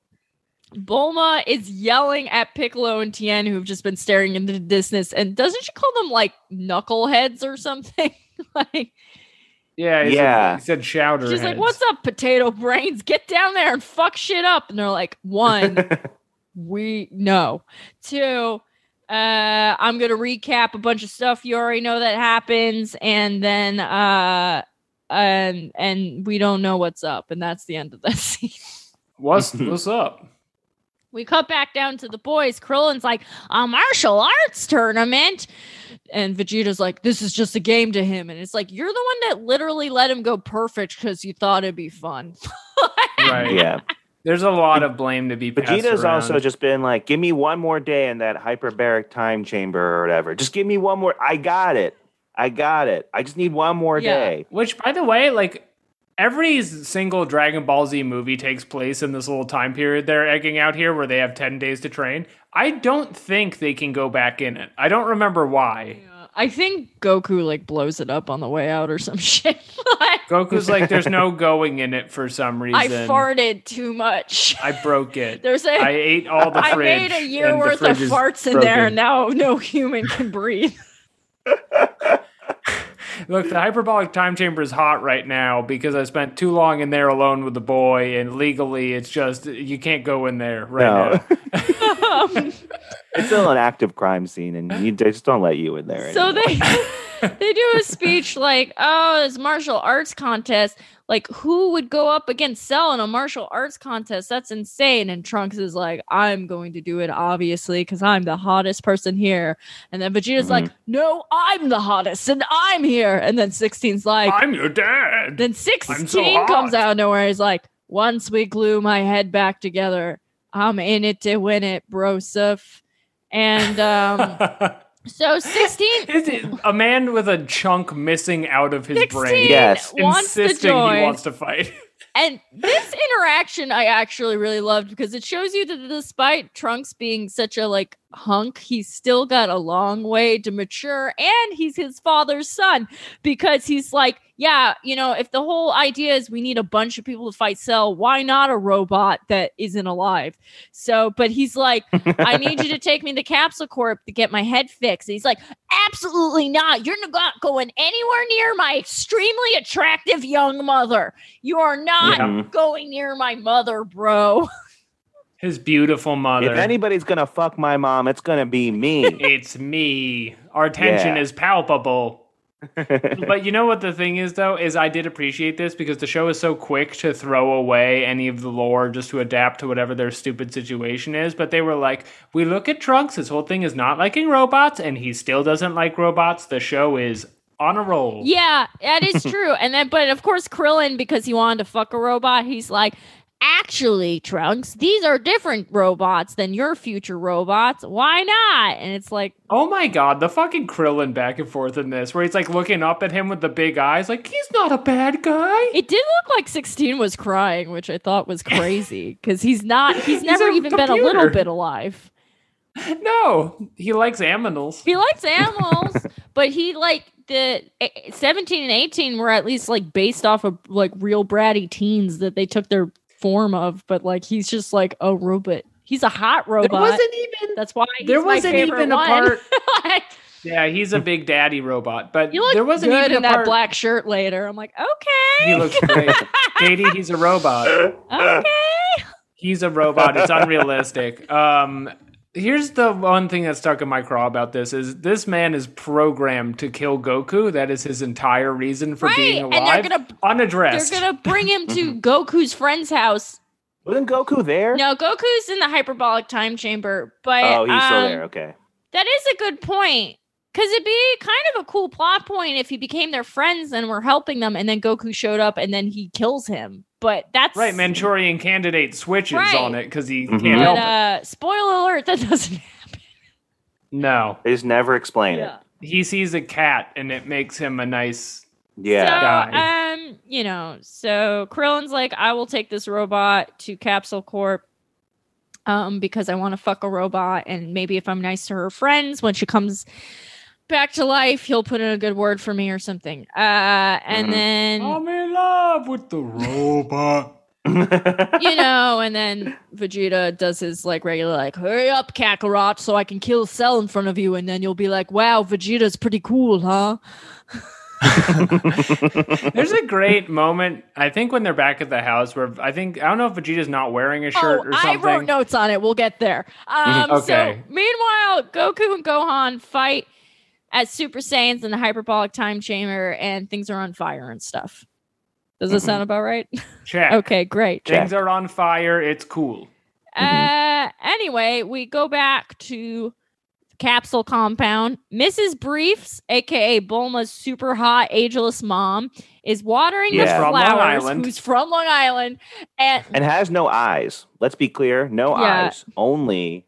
Bulma is yelling at Piccolo and Tien, who've just been staring into the distance. And doesn't she call them like knuckleheads or something? like yeah he said- Yeah. he said chowder she's like, "What's up, potato brains? Get down there and fuck shit up." And they're like, "One, we no. Two, uh, I'm gonna recap a bunch of stuff you already know that happens, and then uh, and and we don't know what's up, and that's the end of that scene." What's what's up? We cut back down to the boys. Krillin's like, a martial arts tournament. And Vegeta's like, this is just a game to him. And it's like, you're the one that literally let him go perfect because you thought it'd be fun. Right. Yeah. There's a lot of blame to be passed Vegeta's around. also just been like, give me one more day in that hyperbaric time chamber or whatever. Just give me one more. I got it. I got it. I just need one more Yeah. day. Which by the way, like every single Dragon Ball Z movie takes place in this little time period they're egging out here where they have 10 days to train. I don't think they can go back in it. I don't remember why. Yeah. I think Goku like blows it up on the way out or some shit. Like, Goku's like, there's no going in it for some reason. I farted too much. I broke it. There's a- I ate all the I fridge. made a year and the worth of fridge is farts in broken. there. Now no human can breathe. Look, the hyperbolic time chamber is hot right now because I spent too long in there alone with the boy, and legally, it's just you can't go in there right No. now. It's still an active crime scene, and you, they just don't let you in there. So anymore. they they do a speech like, "Oh, this martial arts contest. Like, who would go up against Cell in a martial arts contest? That's insane." And Trunks is like, "I'm going to do it, obviously, because I'm the hottest person here." And then Vegeta's like, Mm-hmm. "No, I'm the hottest, and I'm here." And then 16's like, I'm your dad. Then I'm 16 so comes hot. out of nowhere. He's like, once we glue my head back together, I'm in it to win it, broseph. And um, so 16, Is it a man with a chunk missing out of his 16 brain? Yes. wants to Insisting he join. wants to fight. And this interaction I actually really loved because it shows you that despite Trunks being such a like hunk, he's still got a long way to mature and he's his father's son because he's like, yeah, you know, if the whole idea is we need a bunch of people to fight Cell, why not a robot that isn't alive? So, but he's like, I need you to take me to Capsule Corp to get my head fixed. And he's like, absolutely not. You're not going anywhere near my extremely attractive young mother. You are not Yeah. going near my mother, bro. His beautiful mother. if anybody's gonna fuck my mom, it's gonna be me. it's me. Our tension Yeah. is palpable. but you know what the thing is though is I did appreciate this because the show is so quick to throw away any of the lore just to adapt to whatever their stupid situation is. But they were like, we look at Trunks. His whole thing is not liking robots, and he still doesn't like robots. The show is on a roll. Yeah, that is true. And then, but of course, Krillin, because he wanted to fuck a robot, he's like, actually, Trunks, these are different robots than your future robots. Why not? And it's like, Oh my god, the fucking Krillin back and forth in this, where he's like looking up at him with the big eyes, like he's not a bad guy. it did look like 16 was crying, which I thought was crazy because he's not, he's never a even been a little computer. bit alive. No, he likes aminals. He likes animals, but he like the eh, 17 and 18 were at least like based off of like real bratty teens that they took their form of, but like he's just like a robot. He's a hot robot. There wasn't even. That's why he's There my wasn't favorite even a one. part. like, Yeah, he's a big daddy robot, but you look there wasn't good even a in that part. black shirt later. I'm like, okay, He looks great. Katie, he's a robot. uh, okay. He's a robot. It's unrealistic. Um, here's the one thing that stuck in my craw about this is this man is programmed to kill Goku. That is his entire reason for Right, being and they're alive. gonna- They're unaddressed. gonna bring him to Goku's friend's house. Wasn't Goku there? No, Goku's in the hyperbolic time chamber, but Oh, he's still um, there. Okay. That is a good point. Because it'd be kind of a cool plot point if he became their friends and were helping them, and then Goku showed up and then he kills him. But that's Right, Manchurian candidate switches Right. on it because he Mhm. can't But help it. uh, spoiler alert, that doesn't happen. No, They just never explain it. he sees a cat and it makes him a nice Yeah. So, um, you know, so Krillin's like, I will take this robot to Capsule Corp. Um, because I want to fuck a robot, and maybe if I'm nice to her friends, when she comes back to life, he'll put in a good word for me or something. Uh, and Mhm. then I'm in love with the robot. you know, and then Vegeta does his like regular like, hurry up, Kakarot, so I can kill Cell in front of you, and then you'll be like, wow, Vegeta's pretty cool, huh? There's a great moment, I think, when they're back at the house where I think, I don't know if Vegeta's not wearing a shirt oh, or I something. Mm-hmm. wrote notes on it. We'll get there. Um, Okay. So meanwhile, Goku and Gohan fight as Super Saiyans in the hyperbolic time chamber, and things are on fire and stuff. Does that Mm-hmm. Mhm. sound about right? Check. okay, great. Things are on fire. It's cool. Uh, anyway, we go back to the capsule compound. Mrs. Briefs, aka Bulma's super hot, ageless mom, is watering Yeah. the From Long flowers. Island. who's from Long Island? And and has no eyes. Let's be clear, no Yeah. eyes. Only,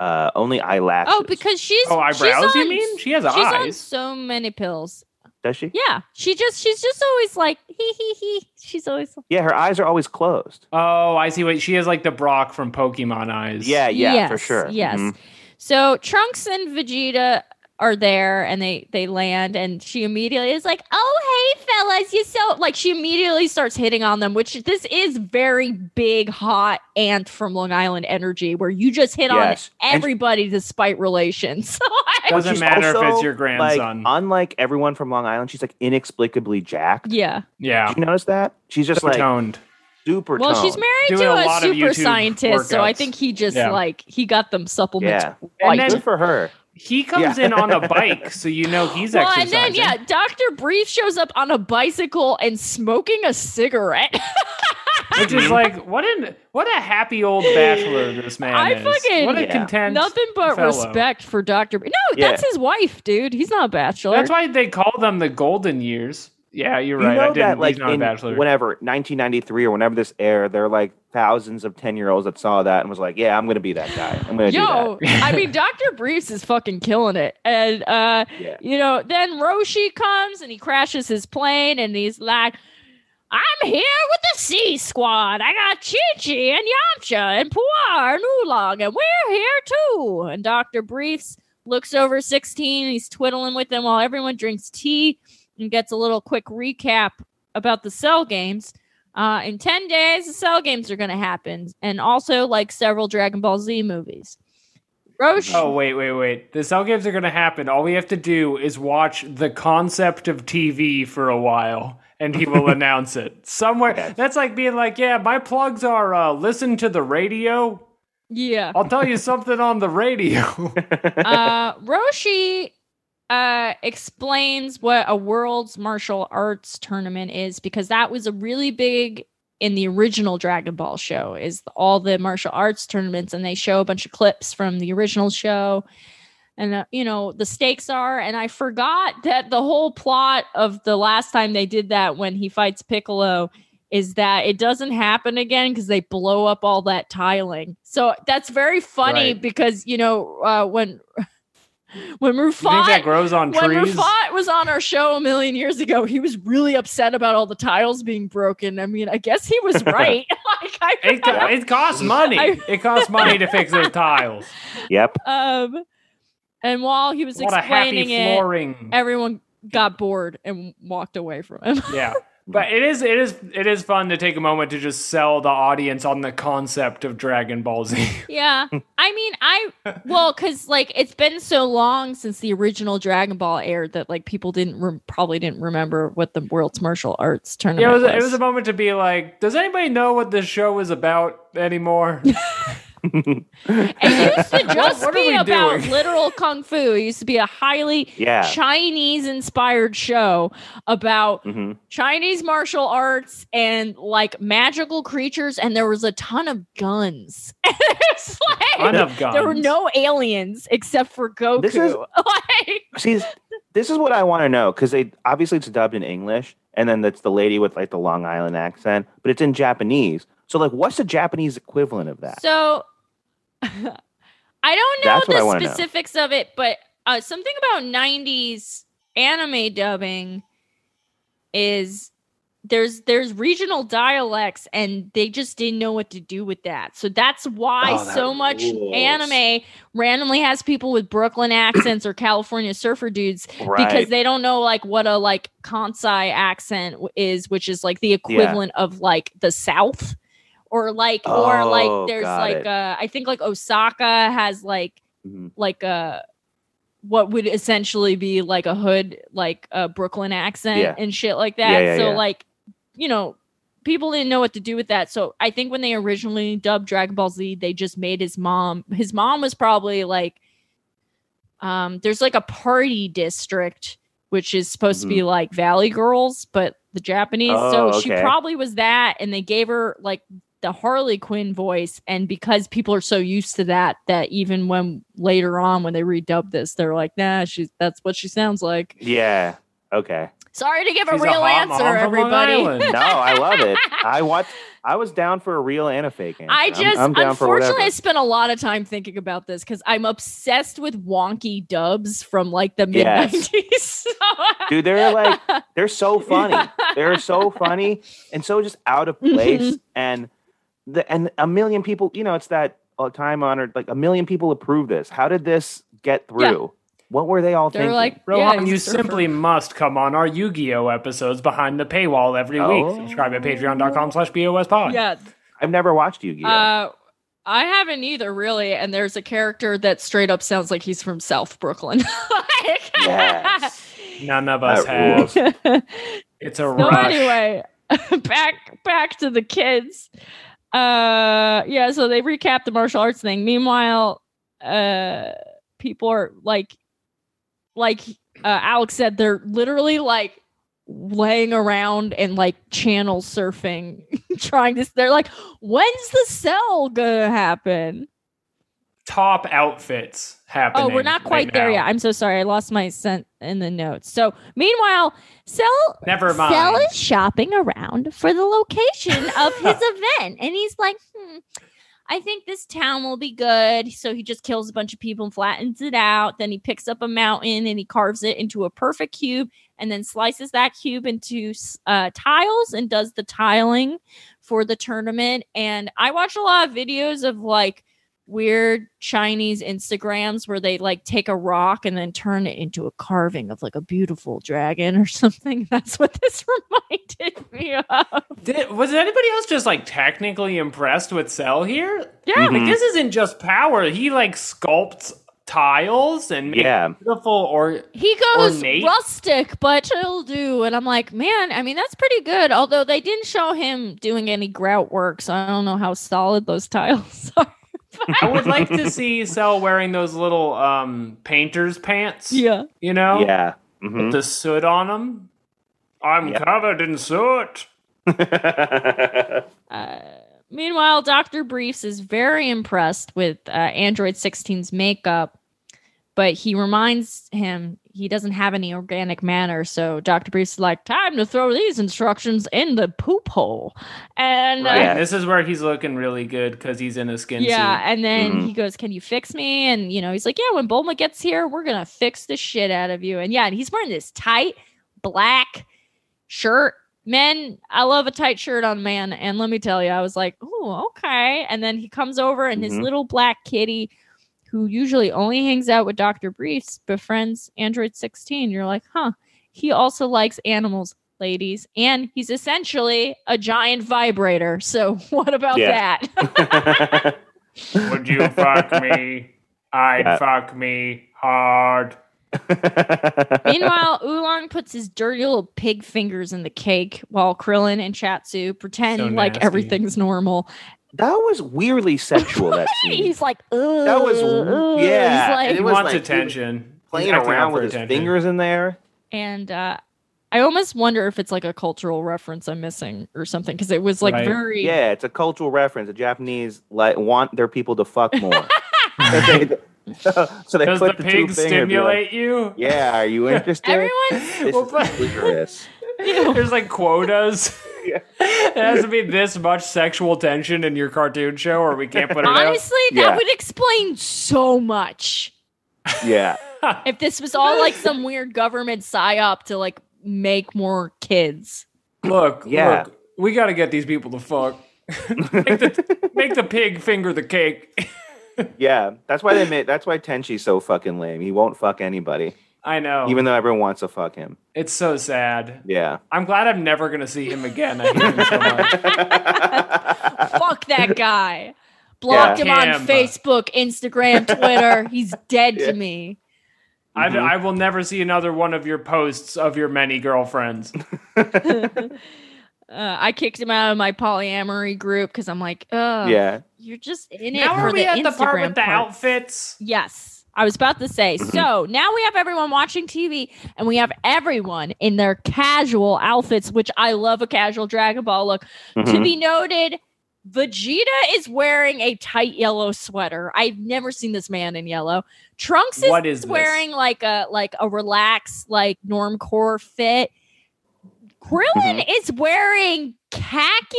uh, only eyelashes. oh, because she's Oh, she's eyebrows, on, you mean? She has She's on eyes. so many pills. Does she? Yeah, she just she's just always like he he he. She's always Yeah, her eyes are always closed. Oh, I see. What she has like the Brock from Pokemon eyes. Yeah, yeah, for Yes, sure. Yes. Mhm. So Trunks and Vegeta are there and they they land and she immediately is like, "Oh, hey fellas, you so like she immediately starts hitting on them, which this is very big hot ant from Long Island energy where you just hit Yes. on And- everybody despite relations. So I- Well, Doesn't she's matter if also, it's your grandson. Like, unlike everyone from Long Island, she's like inexplicably jacked. yeah. yeah. Did you notice that? She's just like toned. super Well, she's toned. married Doing to a a, lot of super YouTube scientist, so I workouts. think he just Yeah. like he got them supplements. Yeah. And right. then Good for her. he comes Yeah. in on a bike, so you know he's well, and exercising. then yeah, Doctor Brief shows up on a bicycle and smoking a cigarette. Which is like what an what a happy old bachelor this man I is. fucking- what a Yeah. content. Nothing but fellow. respect for Doctor. No, Yeah. that's his wife, dude. He's not a bachelor. That's why they call them the golden years. Yeah, you're right. you know I didn't. that like he's not in a bachelor. whenever 1993 or whenever this aired, there are like thousands of 10 year olds that saw that and was like, yeah, I'm gonna be that guy. I'm gonna Yo, do I mean, Doctor Briefs is fucking killing it, and uh, that. Yeah. you know, then Roshi comes and he crashes his plane, and he's like, "I'm here with the C Squad. I got Chi Chi and Yamcha and Puar and Oolong, and we're here too." And Doctor Briefs looks over sixteen, and he's twiddling with them while everyone drinks tea and gets a little quick recap about the cell games. Uh, in 10 days, the cell games are going to happen, and also like several Dragon Ball Z movies. Roshi, Oh wait, wait, wait! The cell games are going to happen. All we have to do is watch the concept of TV for a while, and he will announce it somewhere. Yes. That's like being like, "Yeah, my plugs are uh, listen to the radio. yeah. I'll tell you something on the radio." uh, Roshi uh, explains what a world's martial arts tournament is because that was a really big in the original Dragon Ball show is all the martial arts tournaments and they show a bunch of clips from the original show and uh, you know the stakes are and I forgot that the whole plot of the last time they did that when he fights Piccolo is that it doesn't happen again because they blow up all that tiling. So that's very funny Right. because you know uh, when when you think that Rufat grows on when trees? Rufat was on our show a million years ago, he was really upset about all the tiles being broken. I mean, I guess he was right. like I It, co- it costs money. I- it costs money to fix those tiles. Yep. um, and while he was What a happy explaining it, flooring. everyone got bored and walked away from him. yeah but it is it is it is fun to take a moment to just sell the audience on the concept of dragon ball z Yeah. I mean, I, well, because like it's been so long since the original Dragon Ball aired that like people didn't, rem probably didn't remember what the world's martial arts tournament yeah, it was, was. it was a moment to be like does anybody know what this show is about anymore it used to just What are be we about doing? literal kung fu. It used to be a highly Yeah. Chinese inspired show about hmm Chinese martial arts and like magical creatures, and there was a ton of guns. it's like, ton of guns there were no aliens except for Goku. This is- like, See, this is what I want to know because they obviously it's dubbed in English, and then that's the lady with like the Long Island accent, but it's in Japanese. So, like, what's the Japanese equivalent of that? So I don't know That's what I wanna the know. specifics of it, but uh, something about 90s anime dubbing is there's there's regional dialects and they just didn't know what to do with that. So that's why Oh, that so much rules. anime randomly has people with Brooklyn accents or California surfer dudes because they don't know like what a like Kansai accent w- is, which is like the equivalent of like the South, or like or Oh, like there's got like it. uh I think like Osaka has like Mhm. like a what would essentially be like a hood like a Brooklyn accent Yeah. and shit like that. Yeah, yeah, so yeah. like you know people didn't know what to do with that. So I think when they originally dubbed Dragon Ball Z, they just made his mom. His mom was probably like, um, there's like a party district which is supposed to be Mm-hmm. like Valley Girls, but the Japanese. so Oh, she okay. probably was that, and they gave her like the Harley Quinn voice. And because people are so used to that, that even when later on when they redubbed this, they're like, nah, she's that's what she sounds like. yeah. Okay. Sorry to give a She's real hot mom answer, from Long everybody. Island. No, I love it. I watch. I was down for a real and a fake answer. I I'm- just I'm, down for unfortunately I whatever. spent a lot of time thinking about this because I'm obsessed with wonky dubs from like the mid Yes. nineties. Dude, they're like they're so funny. They're so funny and so just out Mm-hmm. of place. And the and a million people, you know, it's that uh, time honored like a million people approve this. How did this get through? What were they all they're thinking? like yeah, Rohan, he's you a surfer. simply must come on our Yu-Gi-Oh episodes behind the paywall every Oh. week. Subscribe at patreon.com slash bospod. Yeah. I've never watched Yu-Gi-Oh. Uh I haven't either, really. And there's a character that straight up sounds like he's from South Brooklyn. Like- Yes. None of us That have. rules. It's a So rush. anyway, back back to the kids. Uh yeah, so they recap the martial arts thing. Meanwhile, uh people are like like uh, Alex said they're literally like laying around and like channel surfing trying to they're like when's the cell gonna happen Top outfits happening. oh we're not quite right there now. yet i'm so sorry i lost my scent in the notes so meanwhile cell Never mind. Sal is shopping around for the location of his event, and he's like, hmm, I think this town will be good. So he just kills a bunch of people and flattens it out. Then he picks up a mountain and he carves it into a perfect cube, and then slices that cube into s- uh, tiles and does the tiling for the tournament. And I watch a lot of videos of like weird Chinese Instagrams where they like take a rock and then turn it into a carving of like a beautiful dragon or something. That's what this reminded me of. Did, was anybody else just like technically impressed with Cell here? Yeah. Mm-hmm. Like this isn't just power. He like sculpts tiles and makes Yeah. beautiful or He goes Ornate. rustic, but it'll do. And I'm like, man, I mean, that's pretty good. Although they didn't show him doing any grout work. So I don't know how solid those tiles are. I would like to see Cell wearing those little um painter's pants. Yeah. You know? Yeah. With Mhm. the soot on them. I'm Yeah. covered in soot. Uh, meanwhile, Dr. Briefs is very impressed with uh, Android 16's makeup, but he reminds him he doesn't have any organic matter. So Dr. Briefs is like, time to throw these instructions in the poop hole. And uh, Right. Yeah. This is where he's looking really good because he's in a skin yeah, suit. and then Mhm. he goes, "Can you fix me?" And you know, he's like, "Yeah, when Bulma gets here, we're gonna fix the shit out of you." And yeah, and he's wearing this tight black shirt. Men, I love a tight shirt on a man. And let me tell you, I was like, "Oh, okay." And then he comes over, and his Mhm. little black kitty, who usually only hangs out with Doctor Briefs, befriends Android sixteen. You're like, "Huh." He also likes animals. Ladies, and he's essentially a giant vibrator. So, what about Yeah. that? Would you fuck me? I'd Yeah. fuck me hard. Meanwhile, Oolong puts his dirty little pig fingers in the cake while Krillin and Chatsu pretend So like nasty. everything's normal. that was weirdly sexual. That scene. He's like, Ugh, That was- ugh," yeah, He's It He like, was wants like- attention. playing He's acting out around for with his attention. fingers in there. and uh, I almost wonder if it's like a cultural reference I'm missing or something because it was like Right. very. Yeah, it's a cultural reference. The Japanese like want their people to fuck more. so they, so they Does the put two pig fingers, be like, stimulate you? yeah, are you interested? Everyone's this Well, is but- dangerous. There's like quotas. Yeah. it has to be this much sexual tension in your cartoon show, or we can't put it out. honestly that Yeah. would explain so much Yeah, if this was all like some weird government psyop to like make more kids. Look, Yeah. look, we got to get these people to fuck. make, the, make the pig finger the cake. yeah. That's why they made. That's why Tenchi's so fucking lame. He won't fuck anybody, I know. even though everyone wants to fuck him. it's so sad. Yeah. I'm glad I'm never going to see him again. I hate him so much. fuck that guy. Blocked Yeah. him on Him. Facebook, Instagram, Twitter. He's dead to me. I, Mm-hmm. I will never see another one of your posts of your many girlfriends. Uh, I kicked him out of my polyamory group because I'm like, oh, Yeah. you're just in it. Now for are we the at Instagram the part with the part. outfits? Yes. I was about to say. So now we have everyone watching TV and we have everyone in their casual outfits, which I love a casual Dragon Ball look. To Mhm. be noted, Vegeta is wearing a tight yellow sweater. I've never seen this man in yellow. Trunks is, What is this? wearing like a like a relaxed like normcore fit. Krillin is wearing khaki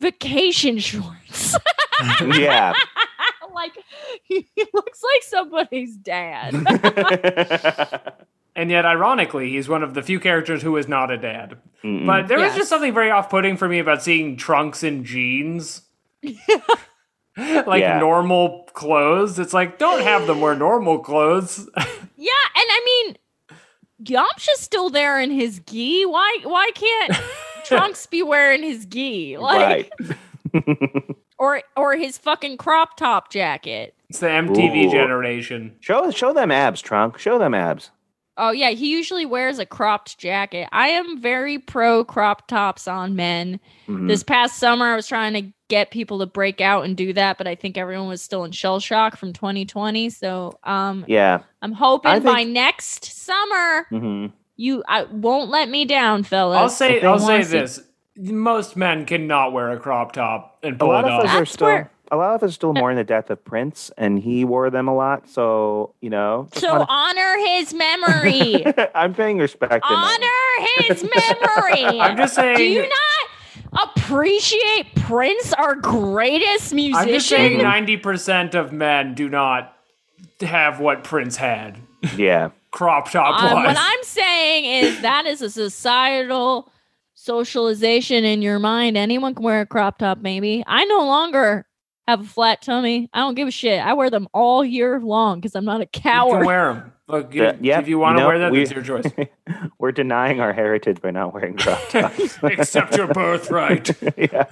vacation shorts. yeah. like he looks like somebody's dad. And yet, ironically, he's one of the few characters who is not a dad. Mm-mm. But there was Yes. just something very off putting for me about seeing trunks and jeans. like Yeah. normal clothes. It's like, don't have them wear normal clothes. Yeah, and I mean, Yamcha's still there in his gi. Why? Why can't Trunks be wearing his gi? Like, right. or or his fucking crop top jacket. it's the MTV Ooh. generation. Show show them abs, trunk. Show them abs. Oh yeah, he usually wears a cropped jacket. I am very pro crop tops on men. Mhm. Mm. This past summer, I was trying to get people to break out and do that, but I think everyone was still in shell shock from 2020. So um, yeah. I'm hoping I think- by next summer hmm you I, won't let me down, fellas. I'll say they I'll say wanna see- this. Most men cannot wear a crop top and A pull lot it of us off. are That's still. where- A lot of us are still more in the depth of Prince, and he wore them a lot. So you know, just so wanna- honor his memory. I'm paying respect. to men. honor his memory. I'm just Do you saying not appreciate Prince, our greatest I'm musician? just saying ninety percent of men do not have what Prince had. Yeah. Crop top Um, wise. what I'm saying is that is a societal socialization in your mind. Anyone can wear a crop top, maybe. I no longer have a flat tummy. I don't give a shit. I wear them all year long because I'm not a You can coward. wear them. Look, Yeah, if- yeah, if you want to no, wear that, we- that's your choice. We're denying our heritage by not wearing crop tops. Accept your birthright. yeah.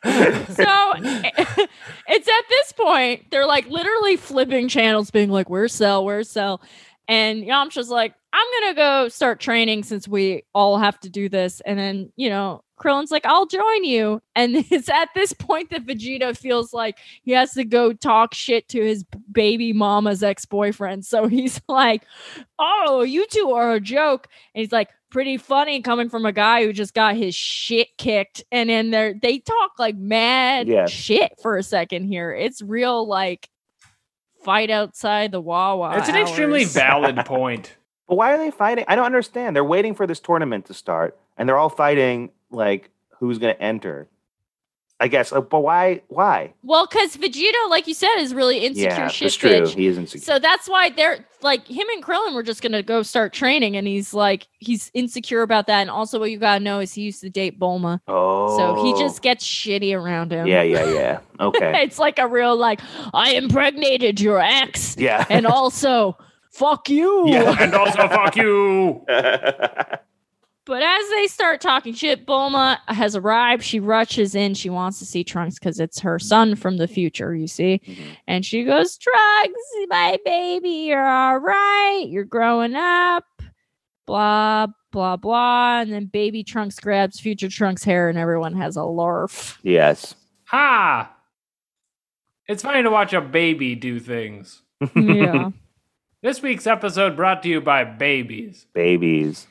so it's at this point, they're like literally flipping channels, being like, where's Cell? Where's Cell? And Yamcha's like, I'm going to go start training since we all have to do this. And then, you know, Krillin's like, I'll join you. And it's at this point that Vegeta feels like he has to go talk shit to his baby mama's ex boyfriend. So he's like, Oh, you two are a joke. And he's like, Pretty funny coming from a guy who just got his shit kicked. And then they they talk like mad Yeah. shit for a second here. It's real like fight outside the Wawa. It's an extremely hours. valid point. But why are they fighting? I don't understand. They're waiting for this tournament to start, and they're all fighting like who's going to enter. I guess. uh, But why? Why? Well, because Vegeta, like you said, is really insecure yeah, shit that's true. bitch. He is insecure. So that's why they're like him and Krillin were just gonna go start training, and he's like he's insecure about that. And also, what you gotta know is he used to date Bulma, oh, so he just gets shitty around him. Yeah, yeah, yeah. Okay. it's like a real like I impregnated your ex, yeah. and also fuck you. Yeah. And also, fuck you. But as they start talking shit, Bulma has arrived. She rushes in. She wants to see Trunks because it's her son from the future, you see. Mhm. And she goes, Trunks, my baby, you're all right. You're growing up. Blah, blah, blah. And then baby Trunks grabs future Trunks' hair, and everyone has a larf. yes. Ha! It's funny to watch a baby do things. yeah. This week's episode brought to you by babies. Babies.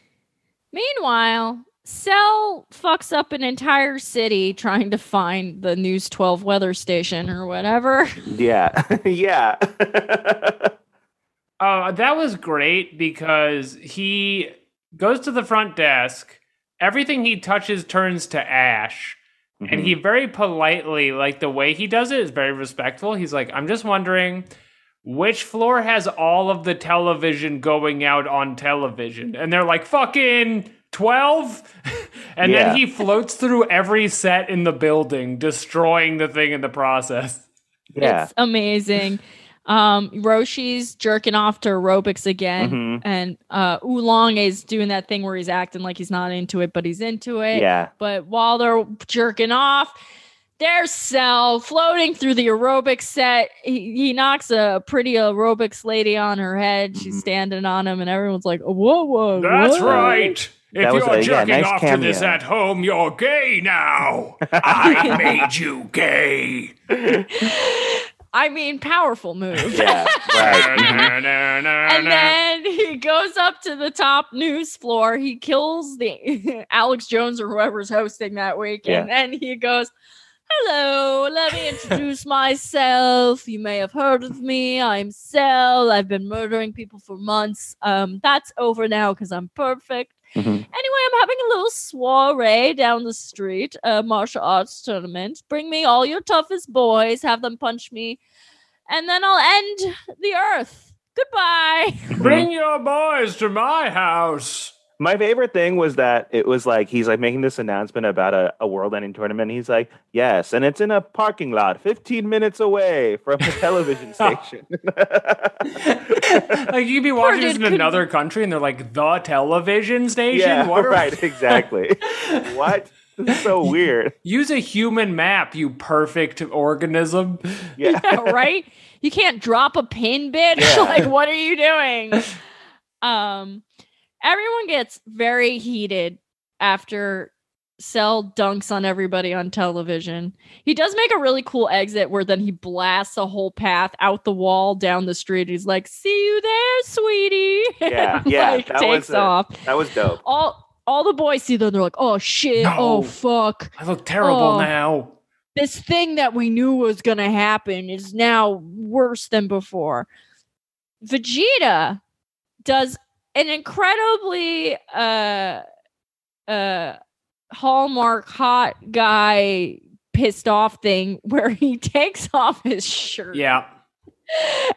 Meanwhile, Cell fucks up an entire city trying to find the News 12 weather station or whatever. Yeah. yeah. Uh, that was great because he goes to the front desk. Everything he touches turns to ash. and he very politely like the way he does it is very respectful he's like i'm just wondering which floor has all of the television going out on television and they're like fucking 12 and Yeah. then he floats through every set in the building destroying the thing in the process Mm-hmm. yeah. It's amazing. Um, Roshi's jerking off to aerobics again, Mhm. and uh, Oolong is doing that thing where he's acting like he's not into it, but he's into it. Yeah. But while they're jerking off, there's Cell floating through the aerobics set. He, he knocks a pretty aerobics lady on her head. She's Mhm. standing on him, and everyone's like, "Whoa, whoa!" Mm-hmm. that's what?" right if That was you're a- yeah, jerking nice off to this cameo. at home you're gay now i made you gay I mean, powerful move. Yeah. Right. and and then he goes up to the top news floor. He kills the Alex Jones or whoever's hosting that week, and then he goes, "Hello, let me introduce myself. You may have heard of me. I'm Cell. I've been murdering people for months. Um, that's over now because I'm perfect." Mhm. Anyway, I'm having a little soiree down the street, a martial arts tournament. Bring me all your toughest boys, have them punch me, and then I'll end the earth. Goodbye. Bring your boys to my house. My favorite thing was that it was like he's like making this announcement about a, a world ending tournament. He's like, Yes, and it's in a parking lot 15 minutes away from the television station. like you could be watching dude this in couldn't- another country, and they're like the television station. yeah, What are- right, exactly. what? This is so weird. Use a human map, you perfect organism. Yeah. Yeah, right? You can't drop a pin, bitch. Yeah. like, what are you doing? Um, everyone gets very heated after Cell dunks on everybody on television. He does make a really cool exit where then he blasts a whole path out the wall down the street. He's like, "See you there, sweetie." Yeah, And, yeah, like, that takes was a- off. That was dope. All all the boys see them. They're like, "Oh shit! No. Oh fuck!" I look terrible Oh. now. this thing that we knew was going to happen is now worse than before. Vegeta does an incredibly uh uh hallmark hot guy pissed off thing where he takes off his shirt Yeah.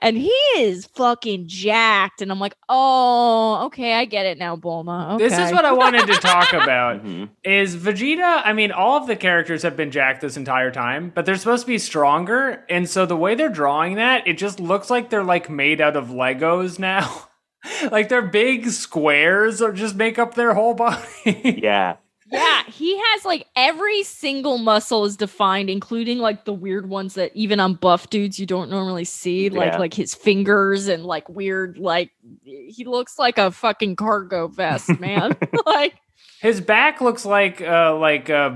and he is fucking jacked and i'm like oh okay i get it now bulma okay. This is what I wanted to talk about. Mhm. Is Vegeta? I mean, all of the characters have been jacked this entire time, but they're supposed to be stronger, and so the way they're drawing that, it just looks like they're like made out of Legos now. like they're big squares that just make up their whole body. Yeah. Yeah, he has like every single muscle is defined, including like the weird ones that even on buff dudes you don't normally see, like Yeah. like his fingers and like weird like he looks like a fucking cargo vest, man. like His back looks like uh like uh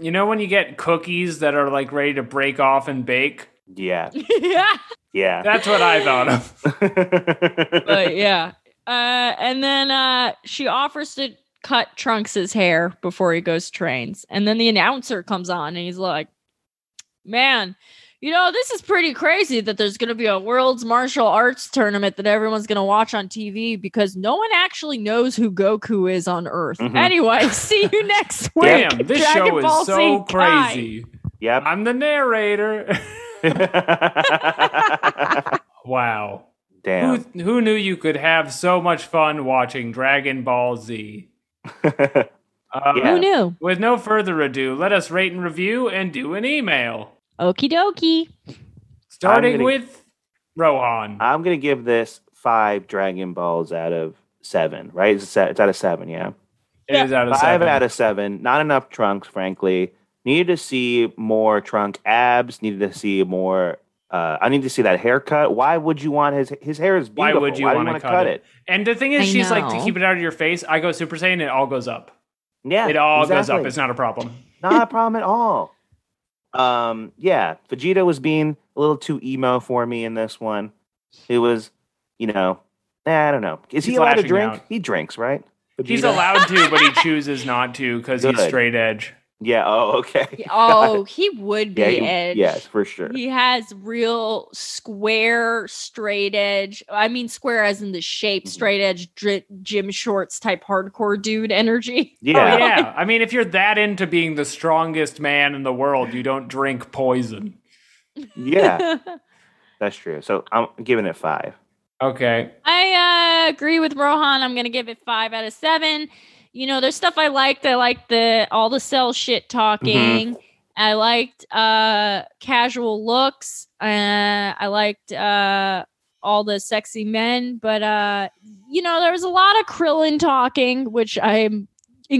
you know when you get cookies that are like ready to break off and bake. Yeah. yeah, Yeah. That's what I thought of. but yeah. Uh and then uh she offers to cut Trunks' hair before he goes trains. And then the announcer comes on and he's like, Man, you know, this is pretty crazy that there's gonna be a world's martial arts tournament that everyone's gonna watch on TV because no one actually knows who Goku is on Earth. Mhm. Anyway, see you next week. Mm-hmm. Damn, this Dragon show is Ball Z so Kai. crazy. yep. I'm the narrator. wow. Damn. Who who knew you could have so much fun watching Dragon Ball Z? Uh, Yeah. Who knew? With no further ado, let us rate and review and do an email. Okie dokie. Starting gonna- with Rohan. I'm gonna give this five Dragon Balls out of seven. Right? It's, a se- it's out of seven. Yeah. it is out of Five seven. out of seven. Not enough trunks, frankly. Needed to see more trunk abs. Needed to see more. Uh, I need to see that haircut. Why would you want his his hair is Why beautiful? would you want to cut, it? And the thing is, I she's like, to know. keep it out of your face, I go Super Saiyan, it all goes up. Yeah, It all goes exactly. up. It's not a problem. not a problem at all. Um, yeah, Vegeta was being a little too emo for me in this one. It was, you know, eh, I don't know. Is he He's allowed to lashing drink? out. He drinks, right? He's Vegeta? allowed to, but he chooses not to because he's Good. straight edge. Yeah. Oh, okay. Oh, he would be yeah, he- Edge. Oh, yes, for sure. He has real square, straight edge. I mean, square as in the shape, Mm-hmm. straight edge, dri- gym shorts type hardcore dude energy. yeah. Oh, yeah. I mean, if you're that into being the strongest man in the world, you don't drink poison. yeah, that's true. So I'm giving it five. Okay. I uh, agree with Rohan. I'm going to give it five out of seven. You know, there's stuff I liked. I liked the all the cell shit talking. I liked uh, casual looks. Uh, I liked uh, all the sexy men. But uh, you know, there was a lot of Krillin talking, which I'm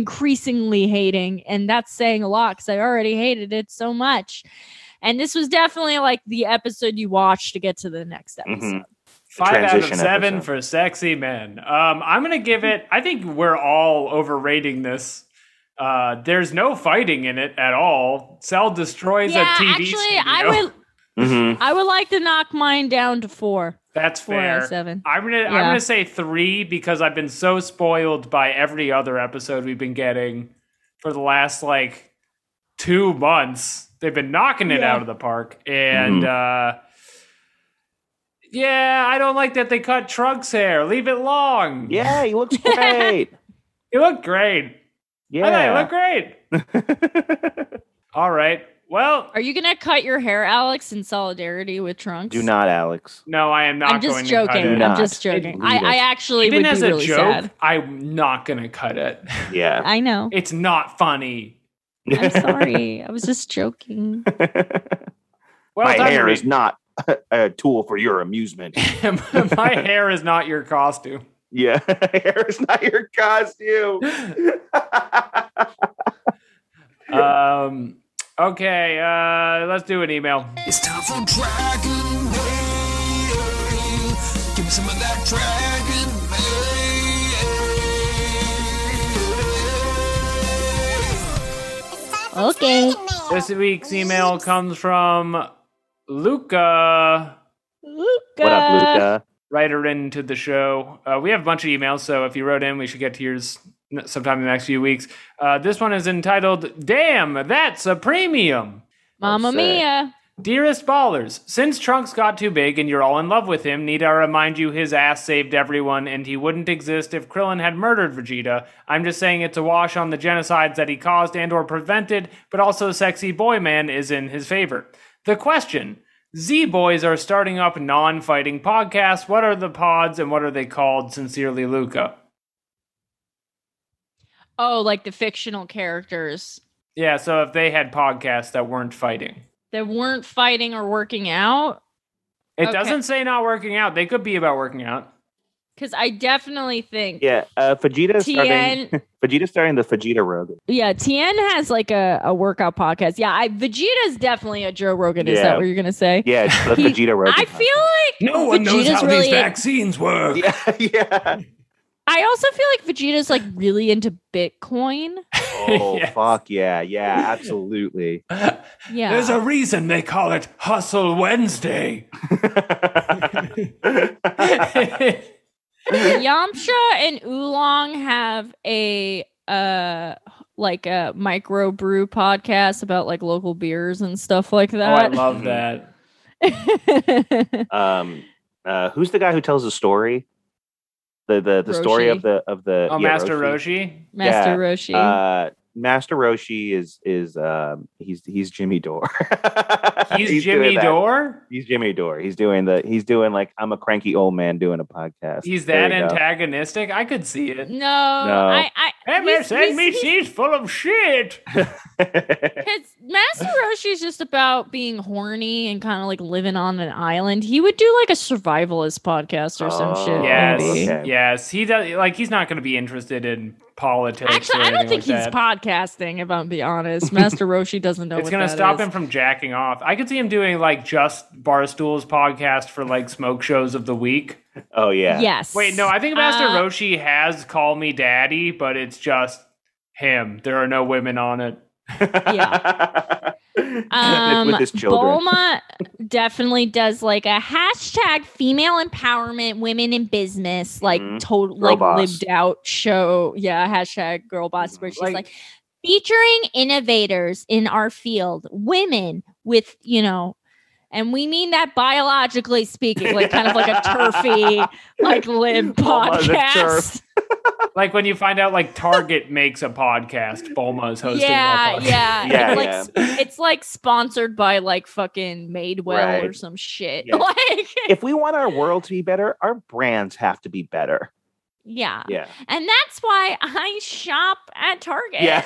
increasingly hating, and that's saying a lot because I already hated it so much. And this was definitely like the episode you watch to get to the next episode. Mhm. Five out of Transition seven episode. for sexy men. Um, I'm going to give it, I think we're all overrating this. Uh, there's no fighting in it at all. Cell destroys yeah, a TV actually, studio. I would Mhm. I would like to knock mine down to four, That's four fair. out of seven. I'm gonna I'm Yeah. gonna say three because I've been so spoiled by every other episode we've been getting for the last like two months. They've been knocking it Yeah. out of the park, and Mm-hmm. uh, yeah, I don't like that they cut Trunks' hair. Leave it long. Yeah, he looks great. You look great. Yeah. I thought you looked great. All right. Well, Are you gonna cut your hair, Alex, in solidarity with Trunks? Do not, Alex. no, I am not I'm just going to cut joking. Do it. not. I'm just joking. I, Leave it. I actually Even would as be a really joke, sad. I'm not going to cut it. Yeah. I know. It's not funny. I'm sorry. I was just joking. Well, My done, hair Reed. is not a tool for your amusement. my hair is not your costume. yeah. hair is not your costume. Um, okay, uh, let's do an email. It's time for Dragon Mail. Give me some of that Dragon Mail. Okay. This week's email comes from Luca, Luca. what up, Luca? writer into the show. Uh, we have a bunch of emails, so if you wrote in, we should get to yours n- sometime in the next few weeks. Uh, this one is entitled "Damn, That's a Premium." Mamma Let's see. mia. Dearest Ballers, since Trunks got too big and you're all in love with him, need I remind you his ass saved everyone and he wouldn't exist if Krillin had murdered Vegeta. I'm just saying it's a wash on the genocides that he caused and or prevented, but also sexy boy man is in his favor. The question, Z Boys are starting up non-fighting podcasts. What are the pods and what are they called? Sincerely, Luca. Oh, like the fictional characters Yeah, so if they had podcasts that weren't fighting. that weren't fighting or working out. It Okay. doesn't say not working out. They could be about working out. Because I definitely think Yeah. Uh, Vegeta starting. Tien Vegeta starting the Vegeta Rogan. Yeah, Tien has like a, a workout podcast. Yeah, I Vegeta's definitely a Joe Rogan. Is Yeah. that what you're gonna say? Yeah, it's the He- Vegeta Rogan. I feel like No one knows Vegeta's how these really- vaccines work. Yeah, yeah. I also feel like Vegeta's like really into Bitcoin. Oh Yes. fuck yeah, yeah, absolutely. Yeah. There's a reason they call it Hustle Wednesday. Yamcha and Oolong have a uh like a micro brew podcast about like local beers and stuff like Oh, I that. love that. um, uh, who's the guy who tells the story? The the the story Roshi. of the of the Oh, yeah, Master Roshi. Master Yeah, Roshi. Uh, Master Roshi is is um he's he's Jimmy Dore. He's, doing Jimmy that. Dore. He's Jimmy Dore. He's doing the he's doing like I'm a cranky old man doing a podcast. He's There that you go. antagonistic. I could see it. no, I, I he's- he's- MSNBC's full of shit. Because Master Roshi is just about being horny and kind of like living on an island. He would do like a survivalist podcast or some Oh, shit. Yes, maybe. okay. yes. He does. Like he's not going to be interested in politics. Actually, or I don't anything think like he's that. podcasting. If I'm being honest, Master Roshi doesn't know. It's what gonna that stop is. him from jacking off. I could see him doing like just Barstool's podcast for like smoke shows of the week. Oh yeah. Yes. Wait, no, I think Master Uh, Roshi has Call Me Daddy, but it's just him. There are no women on it. Yeah. Um, with his children. Bulma definitely does like a hashtag female empowerment, women in business, like Mm-hmm. Mhm. total, Girl like boss. lived out show. Yeah, hashtag girl boss, where she's Like- like, featuring innovators in our field, women with you know, and we mean that biologically speaking, like kind of like a turfy, like lib Bulma the podcast. turf. Like when you find out like Target makes a podcast, Bulma is hosting Yeah, that podcast. yeah, Yeah, It's like yeah. it's like sponsored by like fucking Madewell Right. or some shit. Yeah. Like, if we want our world to be better, our brands have to be better. yeah. Yeah. And that's why I shop at Target. Yeah.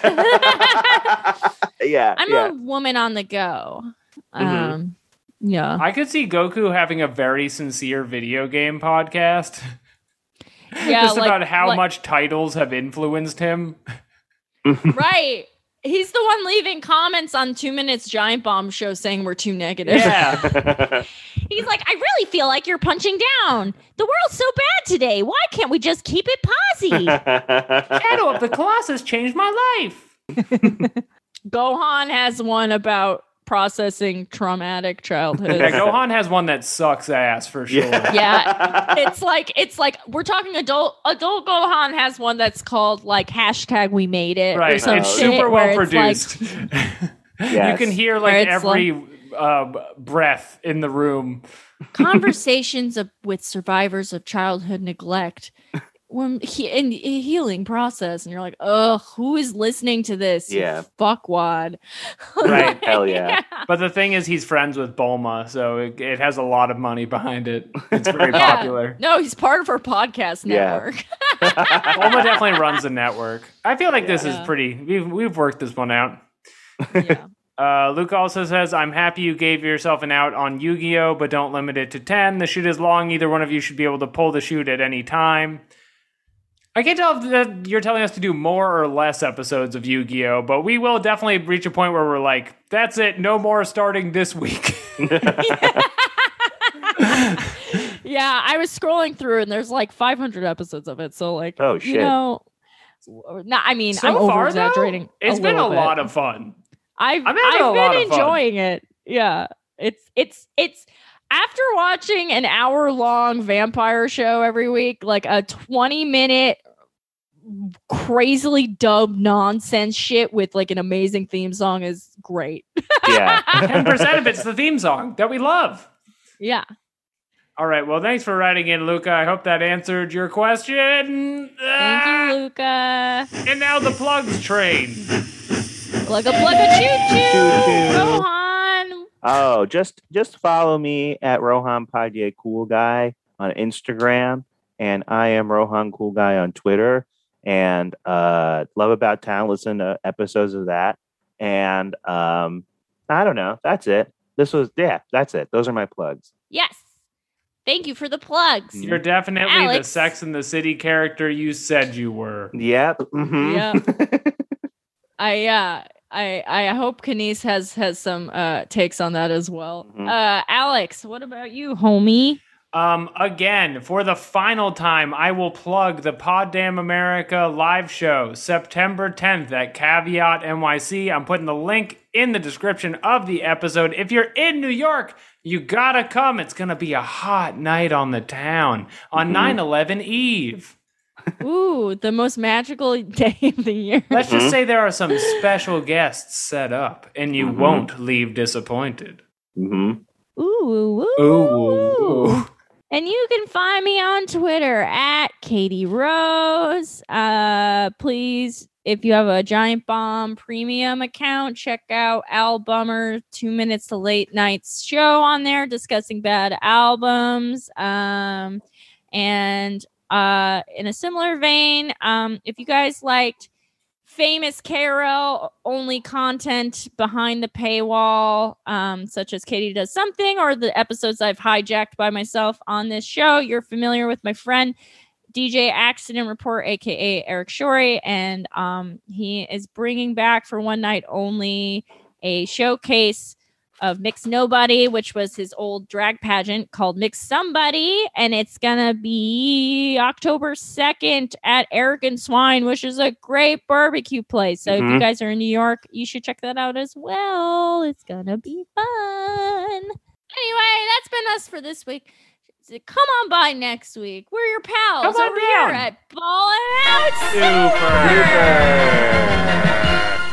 yeah. I'm yeah. a woman on the go. Mhm. Um, yeah. I could see Goku having a very sincere video game podcast. Yeah, just like- about how like- much titles have influenced him. right. He's the one leaving comments on Two Minutes Giant Bomb show saying we're too negative. Yeah. He's like, I really feel like you're punching down. The world's so bad today. Why can't we just keep it posy? Shadow of the Colossus changed my life. Gohan has one about processing traumatic childhood. Yeah, Gohan has one that sucks ass for sure. yeah it's like it's like we're talking adult adult gohan has one that's called like hashtag we made it Right. or some It's shit super where well it's, like, produced. Yes. You can hear Where like it's every uh, breath in the room. conversations of, with survivors of childhood neglect when he in a healing process, and you're like, oh, who is listening to this? you Yeah. fuckwad. Right, hell yeah. But the thing is, he's friends with Bulma, so it, it has a lot of money behind it. It's very Yeah. popular. No, he's part of her podcast Yeah. network. Bulma definitely runs the network. I feel like this is Yeah. pretty. We've we've worked this one out. yeah. Uh, Luke also says, "I'm happy you gave yourself an out on Yu-Gi-Oh, but don't limit it to ten. The shoot is long. Either one of you should be able to pull the shoot at any time." I can't tell if that you're telling us to do more or less episodes of Yu-Gi-Oh, but we will definitely reach a point where we're like, "That's it, no more starting this week." Yeah, I was scrolling through and there's like 500 episodes of it. So like, Oh, you shit. know, or- no, I mean, So I'm far, over though, exaggerating. it's been a little bit. lot of fun. I've I'm I've having a been lot of fun. enjoying it. Yeah, it's it's it's after watching an hour long vampire show every week, like a twenty minute crazily dubbed nonsense shit with like an amazing theme song is great. yeah. Ten percent of it's the theme song that we love. Yeah. All right. Well, thanks for writing in, Luca. I hope that answered your question. Ah. Thank you, Luca. And now the plugs train. Plug a plug a choo Choo-choo. choo. Rohan. Oh, just just follow me at Rohan Padye Cool Guy on Instagram, and I am Rohan Cool Guy on Twitter. And uh, Love About Town, listen to episodes of that. And um, I don't know, that's it. This was yeah, that's it. Those are my plugs. Yes. Thank you for the plugs. You're definitely the Alex. Sex and the City character you said you were. Yep. mhm. Yeah. I uh I I hope Kanice has has some uh takes on that as well. Mhm. Uh Alex, what about you, homie? Um, again, for the final time, I will plug the Pod Damn America live show September 10th at Caveat NYC. I'm putting the link in the description of the episode. If you're in New York, you gotta come. It's gonna be a hot night on the town on 9 11 Eve. Ooh, the most magical day of the year. Let's just say there are some special guests set up, and you Mhm. won't leave disappointed. Mhm. Ooh, ooh, ooh, Ooh, ooh. ooh, ooh. And you can find me on Twitter at Katie Rose. Uh please if you have a Giant Bomb premium account, check out Al Bummer, two minutes to late night's show on there discussing bad albums. Um, and uh, in a similar vein, um, if you guys liked famous KRL only content behind the paywall, um, such as Katie Does Something or the episodes I've hijacked by myself on this show, you're familiar with my friend. DJ Accident Report, aka Eric Shorey, and um, he is bringing back for one night only a showcase of Mix Nobody, which was his old drag pageant called Mix Somebody. And it's going to be October 2nd at Eric and Swine, which is a great barbecue place. So if Mhm. you guys are in New York, you should check that out as well. It's going to be fun. Anyway, that's been us for this week. So Come on by next week. We're your pals Come on over here down. at Ballin' Out Super. Super.